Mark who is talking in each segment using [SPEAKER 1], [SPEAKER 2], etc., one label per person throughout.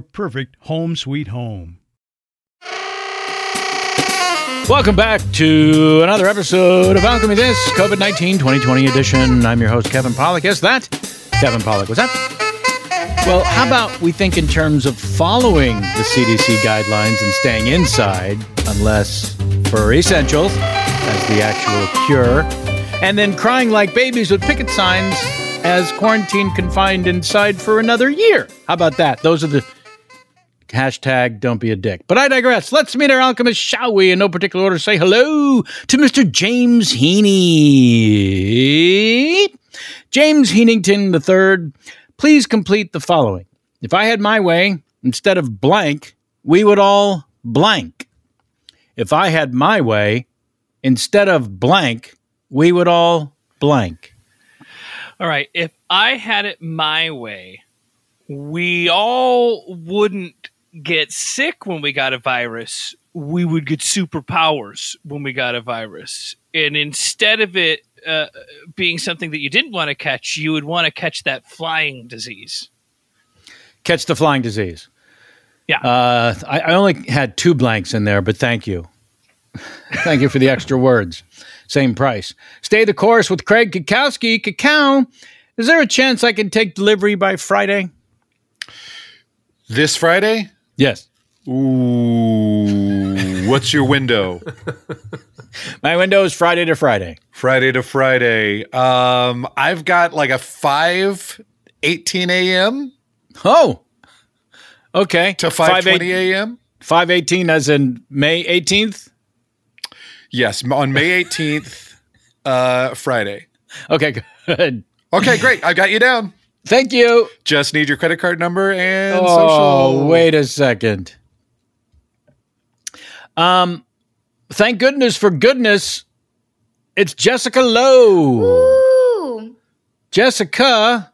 [SPEAKER 1] perfect home sweet home.
[SPEAKER 2] Welcome back to another episode of Alchemy This, COVID 19 2020 edition. I'm your host, Kevin Pollock. Is that Kevin Pollock? Was that? Well, how about we think in terms of following the CDC guidelines and staying inside, unless for essentials, as the actual cure, and then crying like babies with picket signs as quarantine confined inside for another year? How about that? Those are the Hashtag don't be a dick. But I digress. Let's meet our alchemist, shall we? In no particular order, say hello to Mr. James Heaney. James Heenington III, please complete the following. If I had my way, instead of blank, we would all blank. If I had my way, instead of blank, we would all blank.
[SPEAKER 3] All right. If I had it my way, we all wouldn't get sick when we got a virus. We would get superpowers when we got a virus. And instead of it uh, being something that you didn't want to catch, you would want to catch that flying disease.
[SPEAKER 2] Catch the flying disease.
[SPEAKER 3] Yeah.
[SPEAKER 2] Uh, I, I only had two blanks in there, but thank you. thank you for the extra words. Same price. Stay the course with Craig Kakowski. Kakao, is there a chance I can take delivery by Friday?
[SPEAKER 4] This Friday?
[SPEAKER 2] Yes.
[SPEAKER 4] Ooh. What's your window?
[SPEAKER 2] My window is Friday to Friday.
[SPEAKER 4] Friday to Friday. Um, I've got like a 5 18 a.m.
[SPEAKER 2] Oh, okay.
[SPEAKER 4] to 5
[SPEAKER 2] Five eight-
[SPEAKER 4] 20 a.m.
[SPEAKER 2] 518 as in May 18th.
[SPEAKER 4] Yes, m- on May 18th, uh, Friday.
[SPEAKER 2] Okay, good.
[SPEAKER 4] Okay, great. I got you down.
[SPEAKER 2] Thank you.
[SPEAKER 4] Just need your credit card number and
[SPEAKER 2] oh,
[SPEAKER 4] social.
[SPEAKER 2] wait a second. Um, thank goodness for goodness. It's Jessica Lowe.
[SPEAKER 5] Ooh.
[SPEAKER 2] Jessica,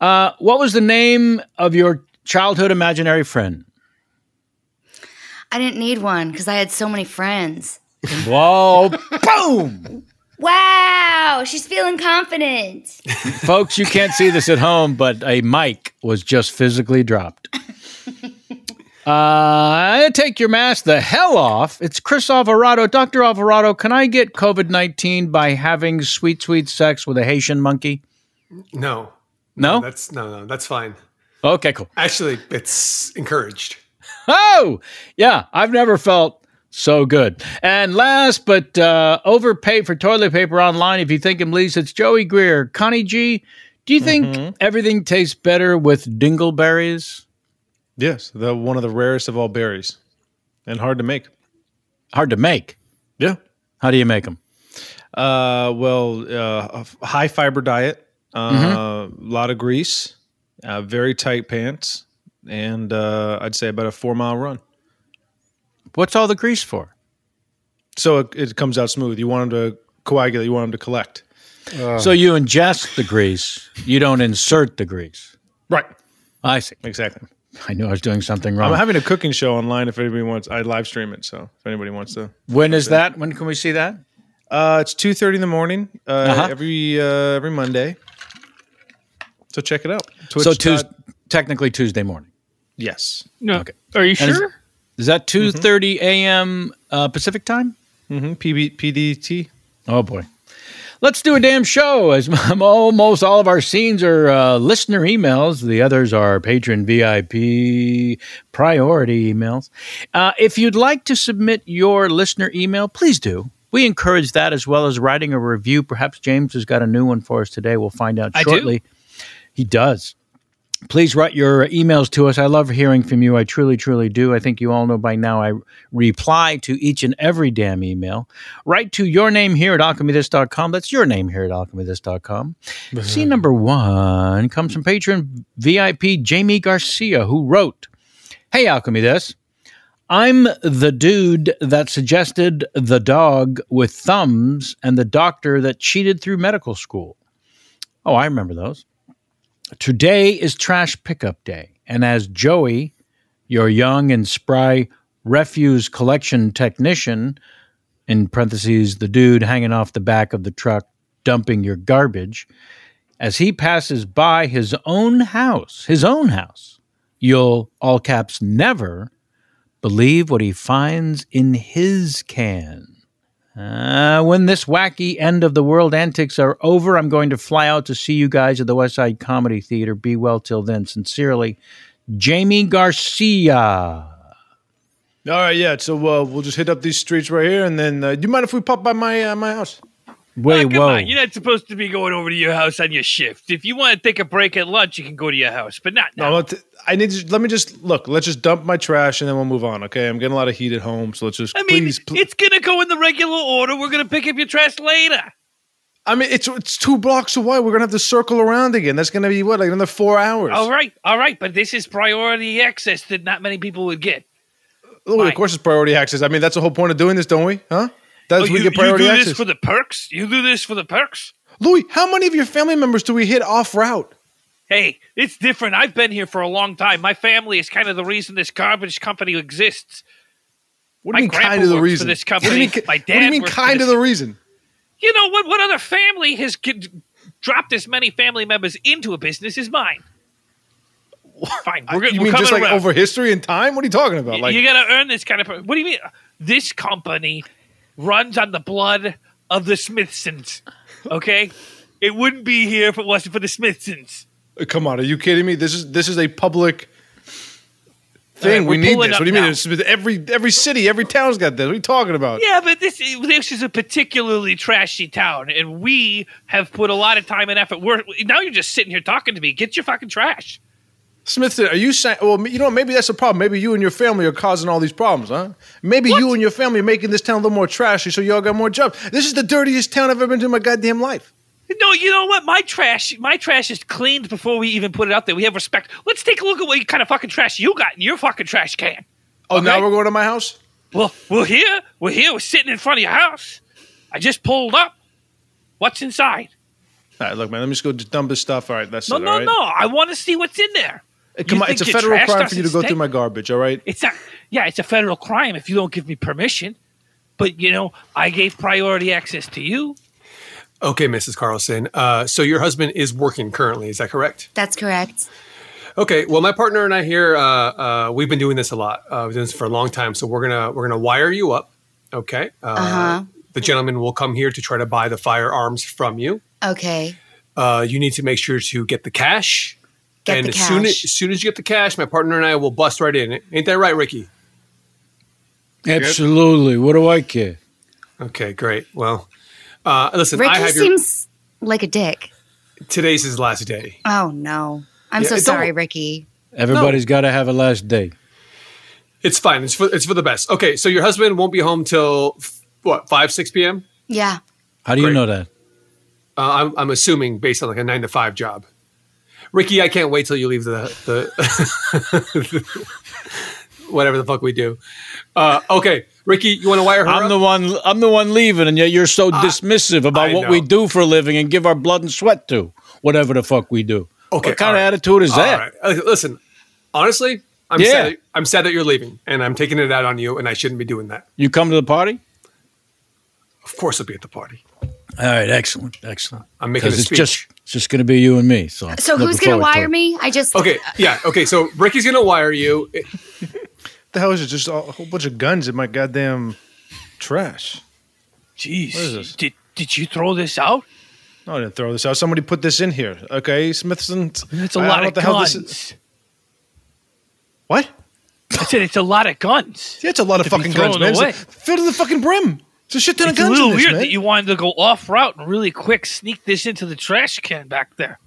[SPEAKER 2] uh, what was the name of your childhood imaginary friend?
[SPEAKER 5] I didn't need one because I had so many friends.
[SPEAKER 2] Whoa, boom!
[SPEAKER 6] Wow, she's feeling confident.
[SPEAKER 2] Folks, you can't see this at home, but a mic was just physically dropped. Uh, take your mask the hell off. It's Chris Alvarado. Dr. Alvarado, can I get COVID 19 by having sweet, sweet sex with a Haitian monkey?
[SPEAKER 7] No.
[SPEAKER 2] No?
[SPEAKER 7] That's no, no. That's fine.
[SPEAKER 2] Okay, cool.
[SPEAKER 7] Actually, it's encouraged.
[SPEAKER 2] Oh, yeah. I've never felt so good. And last but uh, overpay for toilet paper online if you think him least, it's Joey Greer. Connie G, do you think
[SPEAKER 8] Mm-hmm.
[SPEAKER 2] everything tastes better with dingleberries?
[SPEAKER 8] Yes, the one of the rarest of all berries, and hard to make.
[SPEAKER 2] Hard to make.
[SPEAKER 8] Yeah.
[SPEAKER 2] How do you make them?
[SPEAKER 8] Uh, well, uh, a f- high fiber diet, a uh,
[SPEAKER 4] Mm-hmm.
[SPEAKER 8] lot of grease, uh, very tight pants, and uh, I'd say about a four mile run.
[SPEAKER 2] What's all the grease for?
[SPEAKER 8] So it, it comes out smooth. You want them to coagulate. You want them to collect.
[SPEAKER 2] So you ingest the grease, you don't insert the grease.
[SPEAKER 8] right?
[SPEAKER 2] I see.
[SPEAKER 8] Exactly.
[SPEAKER 2] I knew I was doing something
[SPEAKER 8] I'm
[SPEAKER 2] wrong.
[SPEAKER 8] having a cooking show online. If anybody wants, I live stream it. So if anybody wants to,
[SPEAKER 2] when is that? When can we see that?
[SPEAKER 8] uh, it's two thirty in the morning uh,
[SPEAKER 2] Uh-huh.
[SPEAKER 8] every uh, every Monday. So check it out.
[SPEAKER 2] so
[SPEAKER 8] Twitch
[SPEAKER 2] Tues-
[SPEAKER 8] dot-
[SPEAKER 2] technically Tuesday morning.
[SPEAKER 8] Yes.
[SPEAKER 3] No. Are you
[SPEAKER 2] And is-
[SPEAKER 3] sure?
[SPEAKER 2] Is that two thirty a.m. Uh, Pacific time?
[SPEAKER 8] Mm-hmm. PB, PDT.
[SPEAKER 2] Oh boy, let's do a damn show. As almost all of our scenes are uh, listener emails, the others are patron VIP priority emails. Uh, if you'd like to submit your listener email, please do. We encourage that as well as writing a review. Perhaps James has got a new one for us today. We'll find out
[SPEAKER 3] I do?
[SPEAKER 2] shortly. He does. Please write your emails to us. I love hearing from you. I truly, truly do. I think you all know by now I reply to each and every damn email. Write to your name here at alchemythis.com. That's your name here at alchemythis.com. See, number one comes from patron VIP Jamie Garcia, who wrote Hey, Alchemy This. I'm the dude that suggested the dog with thumbs and the doctor that cheated through medical school. Oh, I remember those. Today is trash pickup day. And as Joey, your young and spry refuse collection technician, in parentheses, the dude hanging off the back of the truck dumping your garbage, as he passes by his own house, his own house, you'll, all caps, never believe what he finds in his can. Uh, when this wacky end of the world antics are over, I'm going to fly out to see you guys at the West Side Comedy Theater. Be well till then. Sincerely, Jamie Garcia.
[SPEAKER 8] All right, yeah. So uh, we'll just hit up these streets right here, and then uh, do you mind if we pop by my uh, my house?
[SPEAKER 2] Wait,
[SPEAKER 3] Ah, come
[SPEAKER 2] whoa.
[SPEAKER 3] on. You're not supposed to be going over to your house on your shift. If you want to take a break at lunch, you can go to your house, but not
[SPEAKER 8] No,
[SPEAKER 3] now.
[SPEAKER 8] let I need to let me just look. Let's just dump my trash, and then we'll move on. Okay, I'm getting a lot of heat at home, so let's just
[SPEAKER 3] I mean,
[SPEAKER 8] please. pl-
[SPEAKER 3] it's gonna go in the regular order. We're gonna pick up your trash later.
[SPEAKER 8] I mean, it's it's two blocks away. We're gonna have to circle around again. That's gonna be what like another four hours.
[SPEAKER 3] All Oh, right, all right, but this is priority access that not many people would get.
[SPEAKER 8] Look, of course, it's priority access. I mean, that's the whole point of doing this, don't we? Huh? That's
[SPEAKER 3] Oh,
[SPEAKER 8] we
[SPEAKER 3] you,
[SPEAKER 8] get
[SPEAKER 3] you
[SPEAKER 8] priority
[SPEAKER 3] do
[SPEAKER 8] access.
[SPEAKER 3] this for the perks. You do this for the perks.
[SPEAKER 8] Louis, how many of your family members do we hit off route?
[SPEAKER 3] Hey, it's different. I've been here for a long time. My family is kind of the reason this garbage company exists.
[SPEAKER 8] What do
[SPEAKER 3] My
[SPEAKER 8] you mean
[SPEAKER 3] grandpa
[SPEAKER 8] kind of the
[SPEAKER 3] worked for
[SPEAKER 8] reason?
[SPEAKER 3] this
[SPEAKER 8] What do
[SPEAKER 3] company.
[SPEAKER 8] you mean,
[SPEAKER 3] My
[SPEAKER 8] what do you
[SPEAKER 3] dad
[SPEAKER 8] mean
[SPEAKER 3] worked for
[SPEAKER 8] kind of
[SPEAKER 3] this-
[SPEAKER 8] the reason?
[SPEAKER 3] You know what? What other family has g- dropped as many family members into a business as mine? Fine, we're, go-
[SPEAKER 8] you
[SPEAKER 3] we're
[SPEAKER 8] mean
[SPEAKER 3] coming
[SPEAKER 8] just like
[SPEAKER 3] around.
[SPEAKER 8] over history and time? What are you talking about? Like
[SPEAKER 3] you gotta earn this kind of. Per- what do you mean? This company runs on the blood of the Smithsons. Okay, it wouldn't be here if it wasn't for the Smithsons.
[SPEAKER 8] Uh, Come on, are you kidding me? This is this is a public thing.
[SPEAKER 3] All right,
[SPEAKER 8] we
[SPEAKER 3] we're
[SPEAKER 8] need
[SPEAKER 3] pulling
[SPEAKER 8] this.
[SPEAKER 3] up
[SPEAKER 8] What do you mean?
[SPEAKER 3] now.
[SPEAKER 8] It's- every every city, every town's got this. What are you talking about?
[SPEAKER 3] Yeah, but this this is a particularly trashy town, and we have put a lot of time and effort. We're, now you're just sitting here talking to me. Get your fucking trash.
[SPEAKER 8] Smithson, are you saying? Well, you know, maybe that's the problem. Maybe you and your family are causing all these problems, huh? Maybe you and your family are making this town a little more trashy, so y'all got more jobs. This is the dirtiest town I've ever been to in my goddamn life.
[SPEAKER 3] No, you know what? My trash, my trash is cleaned before we even put it out there. We have respect. Let's take a look at what kind of fucking trash you got in your fucking trash can.
[SPEAKER 8] Oh, now
[SPEAKER 3] Okay.
[SPEAKER 8] we're going to my house.
[SPEAKER 3] Well, we're here. We're here. We're sitting in front of your house. I just pulled up. What's inside?
[SPEAKER 8] All right, look, man. Let me just go just dump this stuff. All right, that's
[SPEAKER 3] No,
[SPEAKER 8] it,
[SPEAKER 3] no,
[SPEAKER 8] all right?
[SPEAKER 3] no. I want to see what's in there.
[SPEAKER 8] Hey, Come
[SPEAKER 3] You
[SPEAKER 8] on, it's a
[SPEAKER 3] think your
[SPEAKER 8] federal
[SPEAKER 3] trash
[SPEAKER 8] crime for you to
[SPEAKER 3] doesn't
[SPEAKER 8] go through
[SPEAKER 3] stink?
[SPEAKER 8] my garbage. All right.
[SPEAKER 3] It's not. Yeah, it's a federal crime if you don't give me permission. But you know, I gave priority access to you.
[SPEAKER 9] Okay, Mrs. Carlson. Uh, so your husband is working currently. Is that correct?
[SPEAKER 6] That's correct.
[SPEAKER 9] Okay. Well, my partner and I here, uh, uh, we've been doing this a lot. Uh, we've done this for a long time. So we're gonna we're gonna wire you up. Okay. Uh,
[SPEAKER 6] Uh-huh.
[SPEAKER 9] The gentleman will come here to try to buy the firearms from you.
[SPEAKER 6] Okay.
[SPEAKER 9] Uh, you need to make sure to get the cash.
[SPEAKER 6] Get
[SPEAKER 9] and
[SPEAKER 6] the
[SPEAKER 9] as soon as,
[SPEAKER 6] cash.
[SPEAKER 9] as soon as you get the cash, my partner and I will bust right in. Ain't that right, Ricky?
[SPEAKER 2] Absolutely. What do I care?
[SPEAKER 9] Okay, great. Well, uh, listen, I
[SPEAKER 6] Ricky
[SPEAKER 9] have
[SPEAKER 6] seems like a dick.
[SPEAKER 9] your, today's his last day.
[SPEAKER 6] Oh no. I'm
[SPEAKER 9] Yeah,
[SPEAKER 6] so
[SPEAKER 9] don't-
[SPEAKER 6] sorry, Ricky.
[SPEAKER 2] Everybody's got to have a last day.
[SPEAKER 9] It's fine. It's for it's for the best. Okay, so your husband won't be home till f- what five six p.m.
[SPEAKER 6] Yeah.
[SPEAKER 9] Oh,
[SPEAKER 2] How do you know that?
[SPEAKER 9] Uh, I'm I'm assuming based on like a nine to five job. Ricky, I can't wait till you leave the the whatever the fuck we do. Uh, okay, Ricky, you want to wire her?
[SPEAKER 2] I'm
[SPEAKER 9] up?
[SPEAKER 2] the one. I'm the one leaving, and yet you're so
[SPEAKER 9] I-
[SPEAKER 2] dismissive about
[SPEAKER 9] I
[SPEAKER 2] what
[SPEAKER 9] know.
[SPEAKER 2] we do for a living and give our blood and sweat to whatever the fuck we do.
[SPEAKER 9] Okay,
[SPEAKER 2] what kind
[SPEAKER 9] all
[SPEAKER 2] of
[SPEAKER 9] right.
[SPEAKER 2] attitude is
[SPEAKER 9] All
[SPEAKER 2] that?
[SPEAKER 9] right. Uh, Listen, honestly, I'm
[SPEAKER 2] Yeah.
[SPEAKER 9] sad. I'm sad that you're leaving, and I'm taking it out on you, and I shouldn't be doing that.
[SPEAKER 2] You come to the party?
[SPEAKER 9] Of course, I'll be at the party.
[SPEAKER 2] All right, excellent, excellent.
[SPEAKER 9] I'm making a
[SPEAKER 2] it's
[SPEAKER 9] speech.
[SPEAKER 2] just it's just going to be you and me. So
[SPEAKER 6] So who's
[SPEAKER 2] looking
[SPEAKER 6] gonna
[SPEAKER 2] forward to
[SPEAKER 6] wire
[SPEAKER 2] it.
[SPEAKER 6] me? I just uh,
[SPEAKER 9] Okay, yeah, okay. So Ricky's gonna wire you.
[SPEAKER 8] the hell is it? Just a whole bunch of guns in my goddamn trash.
[SPEAKER 3] Jeez.
[SPEAKER 8] What is this?
[SPEAKER 3] Did, did you throw this out?
[SPEAKER 8] No, I didn't throw this out. Somebody put this in here. Okay, Smithson.
[SPEAKER 3] It's a lot of guns.
[SPEAKER 8] What?
[SPEAKER 3] I said it's a lot of guns.
[SPEAKER 8] Yeah, it's a lot of
[SPEAKER 3] to be
[SPEAKER 8] fucking guns,
[SPEAKER 3] thrown
[SPEAKER 8] man. It's
[SPEAKER 3] away.
[SPEAKER 8] like, fill to the fucking brim. It's a shit ton
[SPEAKER 3] It's
[SPEAKER 8] of
[SPEAKER 3] a
[SPEAKER 8] guns.
[SPEAKER 3] little
[SPEAKER 8] in this,
[SPEAKER 3] weird
[SPEAKER 8] man.
[SPEAKER 3] that you wanted to go off route and really quick sneak this into the trash can back there.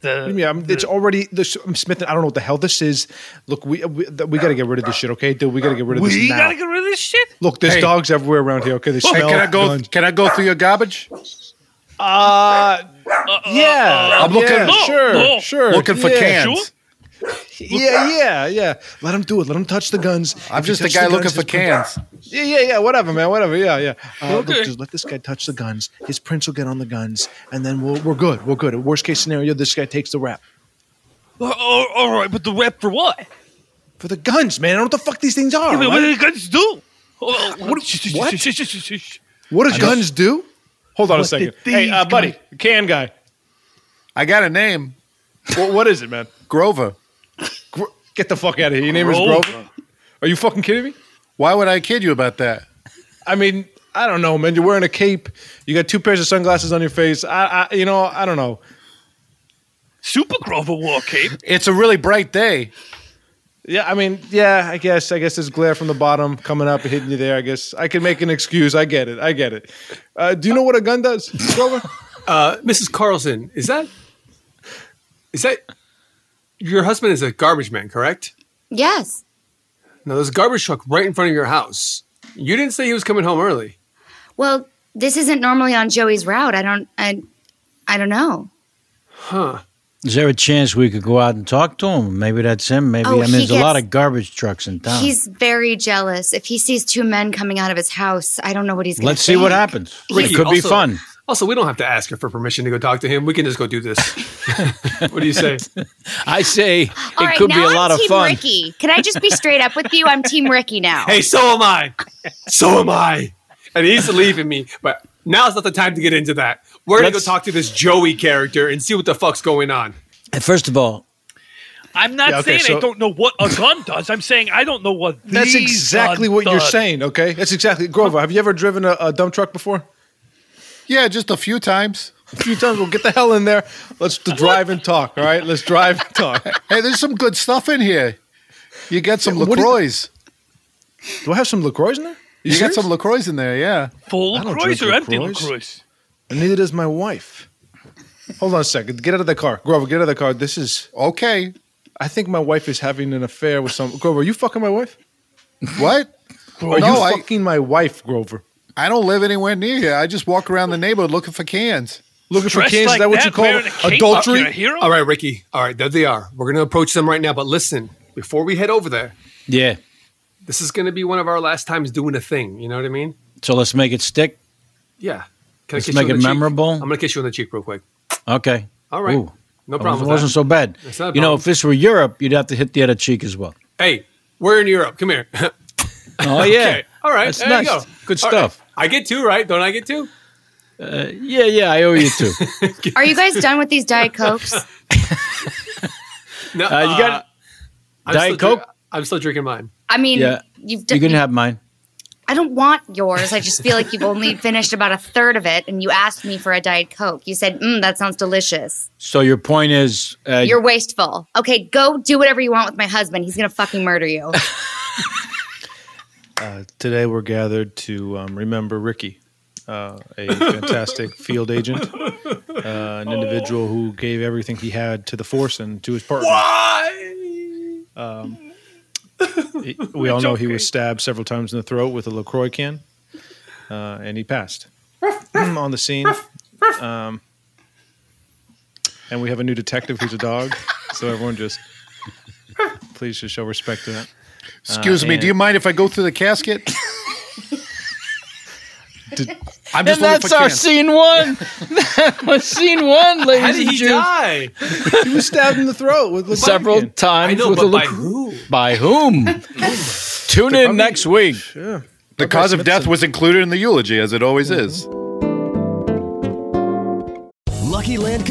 [SPEAKER 3] The,
[SPEAKER 8] Yeah, I'm,
[SPEAKER 3] uh,
[SPEAKER 8] it's already the Smith. I don't know what the hell this is. Look, we uh, we, th- we got to get rid of this shit, okay, dude? We got to get rid of
[SPEAKER 3] we
[SPEAKER 8] this now.
[SPEAKER 3] gotta get rid of this shit.
[SPEAKER 8] Look, there's
[SPEAKER 4] Hey.
[SPEAKER 8] dogs everywhere around here. Okay, they
[SPEAKER 4] Hey,
[SPEAKER 8] smell.
[SPEAKER 4] can I go?
[SPEAKER 8] guns.
[SPEAKER 4] Can I go through your garbage?
[SPEAKER 8] Uh, yeah,
[SPEAKER 4] I'm looking-
[SPEAKER 8] yeah,
[SPEAKER 4] No,
[SPEAKER 8] sure,
[SPEAKER 4] no.
[SPEAKER 8] sure.
[SPEAKER 4] Looking for
[SPEAKER 8] yeah.
[SPEAKER 4] cans.
[SPEAKER 8] Yeah, yeah, yeah. Let him do it. Let him touch the guns.
[SPEAKER 4] I'm
[SPEAKER 8] If he
[SPEAKER 4] just a
[SPEAKER 8] touches
[SPEAKER 4] guy
[SPEAKER 8] the
[SPEAKER 4] looking
[SPEAKER 8] guns,
[SPEAKER 4] for
[SPEAKER 8] his prints- Yeah, yeah, yeah. Whatever, man. Whatever. Yeah, yeah. Uh,
[SPEAKER 4] Okay.
[SPEAKER 8] Look, just let this guy touch the guns. His prints will get on the guns, and then we'll, we're good. We're good. Worst case scenario, this guy takes the rap
[SPEAKER 3] Oh, oh, all right, but the rep for what?
[SPEAKER 8] for the guns, man. I don't know what the fuck these things are.
[SPEAKER 3] Yeah, but what do
[SPEAKER 8] right?
[SPEAKER 3] the guns do? Oh, what?
[SPEAKER 8] what?
[SPEAKER 4] What
[SPEAKER 8] do guns do? Hold on a second. Hey, uh, buddy, can guy.
[SPEAKER 4] I got a name.
[SPEAKER 8] what is it, man?
[SPEAKER 4] Grover.
[SPEAKER 8] Get the fuck out of here. Your name is
[SPEAKER 4] Grover.
[SPEAKER 8] Grover. Are you fucking kidding me?
[SPEAKER 4] Why would I kid you about that?
[SPEAKER 8] I mean, I don't know, man. You're wearing a cape. You got two pairs of sunglasses on your face. I, I you know, I don't know.
[SPEAKER 3] Super Grover wore a cape.
[SPEAKER 4] It's a really bright day.
[SPEAKER 8] Yeah, I mean, yeah, I guess, I guess there's glare from the bottom coming up and hitting you there. I guess I can make an excuse. I get it. I get it. Uh, do you know what a gun does, Grover?
[SPEAKER 9] Uh, Mrs. Carlson, is that is that your husband is a garbage man, correct?
[SPEAKER 6] Yes.
[SPEAKER 9] No, there's a garbage truck right in front of your house. You didn't say he was coming home early.
[SPEAKER 6] Well, this isn't normally on Joey's route. I don't I I don't know.
[SPEAKER 9] Huh.
[SPEAKER 2] Is there a chance we could go out and talk to him? Maybe that's him. Maybe
[SPEAKER 6] Oh,
[SPEAKER 2] I mean,
[SPEAKER 6] he
[SPEAKER 2] there's a lot
[SPEAKER 6] gets-
[SPEAKER 2] of garbage trucks in town.
[SPEAKER 6] He's very jealous. If he sees two men coming out of his house, I don't know what he's gonna
[SPEAKER 2] Let's see what
[SPEAKER 6] think.
[SPEAKER 2] happens.
[SPEAKER 9] Ricky,
[SPEAKER 2] it could be
[SPEAKER 9] also-
[SPEAKER 2] fun.
[SPEAKER 9] Also, we don't have to ask her for permission to go talk to him. We can just go do this. what do you say?
[SPEAKER 2] I say
[SPEAKER 6] All
[SPEAKER 2] it
[SPEAKER 6] right,
[SPEAKER 2] could be
[SPEAKER 6] now
[SPEAKER 2] a lot
[SPEAKER 6] I'm
[SPEAKER 2] of
[SPEAKER 6] Team
[SPEAKER 2] fun.
[SPEAKER 6] Ricky. Can I just be straight up with you? I'm Team Ricky now.
[SPEAKER 9] Hey, so am I. So am I. And he's leaving me, but now's not the time to get into that. We're gonna
[SPEAKER 2] Let's-
[SPEAKER 9] go talk to this Joey character and see what the fuck's going on.
[SPEAKER 2] And First of all,
[SPEAKER 3] I'm not
[SPEAKER 8] Yeah, okay,
[SPEAKER 3] saying
[SPEAKER 8] so-
[SPEAKER 3] I don't know what a gun does. I'm saying I don't know what
[SPEAKER 8] That's
[SPEAKER 3] these
[SPEAKER 8] exactly
[SPEAKER 3] guns
[SPEAKER 8] what you're
[SPEAKER 3] does.
[SPEAKER 8] saying. Okay, that's exactly Grover. Have you ever driven a, a dump truck before?
[SPEAKER 4] Yeah, just a few times.
[SPEAKER 8] A few times. Well, get the hell in there. Let's d- drive and talk. All right, let's drive and talk.
[SPEAKER 4] Hey, there's some good stuff in here. You got some
[SPEAKER 8] what do you-
[SPEAKER 4] Lacroix.
[SPEAKER 8] Do I have some Lacroix in there?
[SPEAKER 4] You, got some Lacroix in there, yeah.
[SPEAKER 3] Full
[SPEAKER 8] I don't
[SPEAKER 3] Lacroix
[SPEAKER 8] drink
[SPEAKER 3] or empty
[SPEAKER 8] LaCroix.
[SPEAKER 3] LaCroix?
[SPEAKER 8] And neither does my wife. Hold on a second. Get out of the car, Grover. Get out of the car. This is.
[SPEAKER 4] Okay.
[SPEAKER 8] I think my wife is having an affair with some. Grover, are you fucking my wife?
[SPEAKER 4] What?
[SPEAKER 8] Are
[SPEAKER 4] No,
[SPEAKER 8] you
[SPEAKER 4] I-
[SPEAKER 8] fucking my wife, Grover?
[SPEAKER 4] I don't live anywhere near here. I just walk around the neighborhood looking for cans.
[SPEAKER 8] Looking for
[SPEAKER 3] Dressed
[SPEAKER 8] cans?
[SPEAKER 3] like
[SPEAKER 8] is that what
[SPEAKER 3] that,
[SPEAKER 8] you call
[SPEAKER 3] wearing a cape, Oh,
[SPEAKER 8] adultery?
[SPEAKER 3] you're a hero?
[SPEAKER 9] All right, Ricky. All right, there they are. We're gonna approach them right now. But listen, before we head over there,
[SPEAKER 2] yeah.
[SPEAKER 9] this is gonna be one of our last times doing a thing. You know what I mean?
[SPEAKER 2] So let's make it stick.
[SPEAKER 9] Yeah. Can
[SPEAKER 2] Let's
[SPEAKER 9] kiss you
[SPEAKER 2] make
[SPEAKER 9] on the
[SPEAKER 2] it
[SPEAKER 9] cheek?
[SPEAKER 2] memorable.
[SPEAKER 9] I'm gonna kiss you on the cheek real quick.
[SPEAKER 2] Okay.
[SPEAKER 9] All right.
[SPEAKER 2] Ooh,
[SPEAKER 9] No
[SPEAKER 2] that
[SPEAKER 9] problem.
[SPEAKER 2] It
[SPEAKER 9] with
[SPEAKER 2] wasn't
[SPEAKER 9] that.
[SPEAKER 2] so bad.
[SPEAKER 9] That's not a
[SPEAKER 2] You know,
[SPEAKER 9] problem.
[SPEAKER 2] if this were Europe, you'd have to hit the other cheek as well.
[SPEAKER 9] Hey, we're in Europe. Come here.
[SPEAKER 2] Oh yeah.
[SPEAKER 9] All right.
[SPEAKER 2] That's
[SPEAKER 9] there
[SPEAKER 2] nice.
[SPEAKER 9] you go.
[SPEAKER 2] Good
[SPEAKER 9] All right.
[SPEAKER 2] stuff.
[SPEAKER 9] I get two, right? Don't I get two?
[SPEAKER 2] Uh, yeah, yeah, I owe you two.
[SPEAKER 5] Are you guys done with these Diet Cokes?
[SPEAKER 9] No,
[SPEAKER 2] Uh, you got
[SPEAKER 9] I'm
[SPEAKER 2] Diet
[SPEAKER 9] still drink-
[SPEAKER 2] Coke?
[SPEAKER 9] I'm still drinking mine.
[SPEAKER 5] I mean,
[SPEAKER 2] yeah,
[SPEAKER 5] you've
[SPEAKER 2] you can have mine.
[SPEAKER 5] I don't want yours. I just feel like you've only finished about a third of it, and you asked me for a Diet Coke. You said, mm, that sounds delicious.
[SPEAKER 2] So your point is, uh,
[SPEAKER 5] You're wasteful. Okay, go do whatever you want with my husband. He's going to fucking murder you.
[SPEAKER 8] Uh, today we're gathered to um, remember Ricky, uh, a fantastic field agent, uh, an individual who gave everything he had to the force and to his partner. Um, he- we all know he was stabbed several times in the throat with a LaCroix can, uh, and he passed Mm, on the scene. Um, and we have a new detective who's a dog, so everyone just please just show respect to that. Uh,
[SPEAKER 10] Excuse
[SPEAKER 3] Oh,
[SPEAKER 10] me, do you
[SPEAKER 8] and-
[SPEAKER 10] mind if I go through the casket? I'm just
[SPEAKER 2] and
[SPEAKER 10] looking for
[SPEAKER 2] that's our
[SPEAKER 10] cans.
[SPEAKER 2] scene one. that was scene one, ladies
[SPEAKER 9] How did
[SPEAKER 2] and
[SPEAKER 9] he
[SPEAKER 2] Jews.
[SPEAKER 9] die?
[SPEAKER 8] he was stabbed in the throat with LaCroix
[SPEAKER 2] Several
[SPEAKER 8] can.
[SPEAKER 2] times.
[SPEAKER 9] I know,
[SPEAKER 2] with
[SPEAKER 9] but
[SPEAKER 2] a
[SPEAKER 9] by
[SPEAKER 2] Lac-
[SPEAKER 9] who?
[SPEAKER 2] By whom? Tune in next week.
[SPEAKER 10] The cause of death was included in the eulogy, as it always
[SPEAKER 8] Mm-hmm.
[SPEAKER 10] is.
[SPEAKER 11] Lucky Land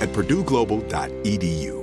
[SPEAKER 12] at purdueglobal.edu.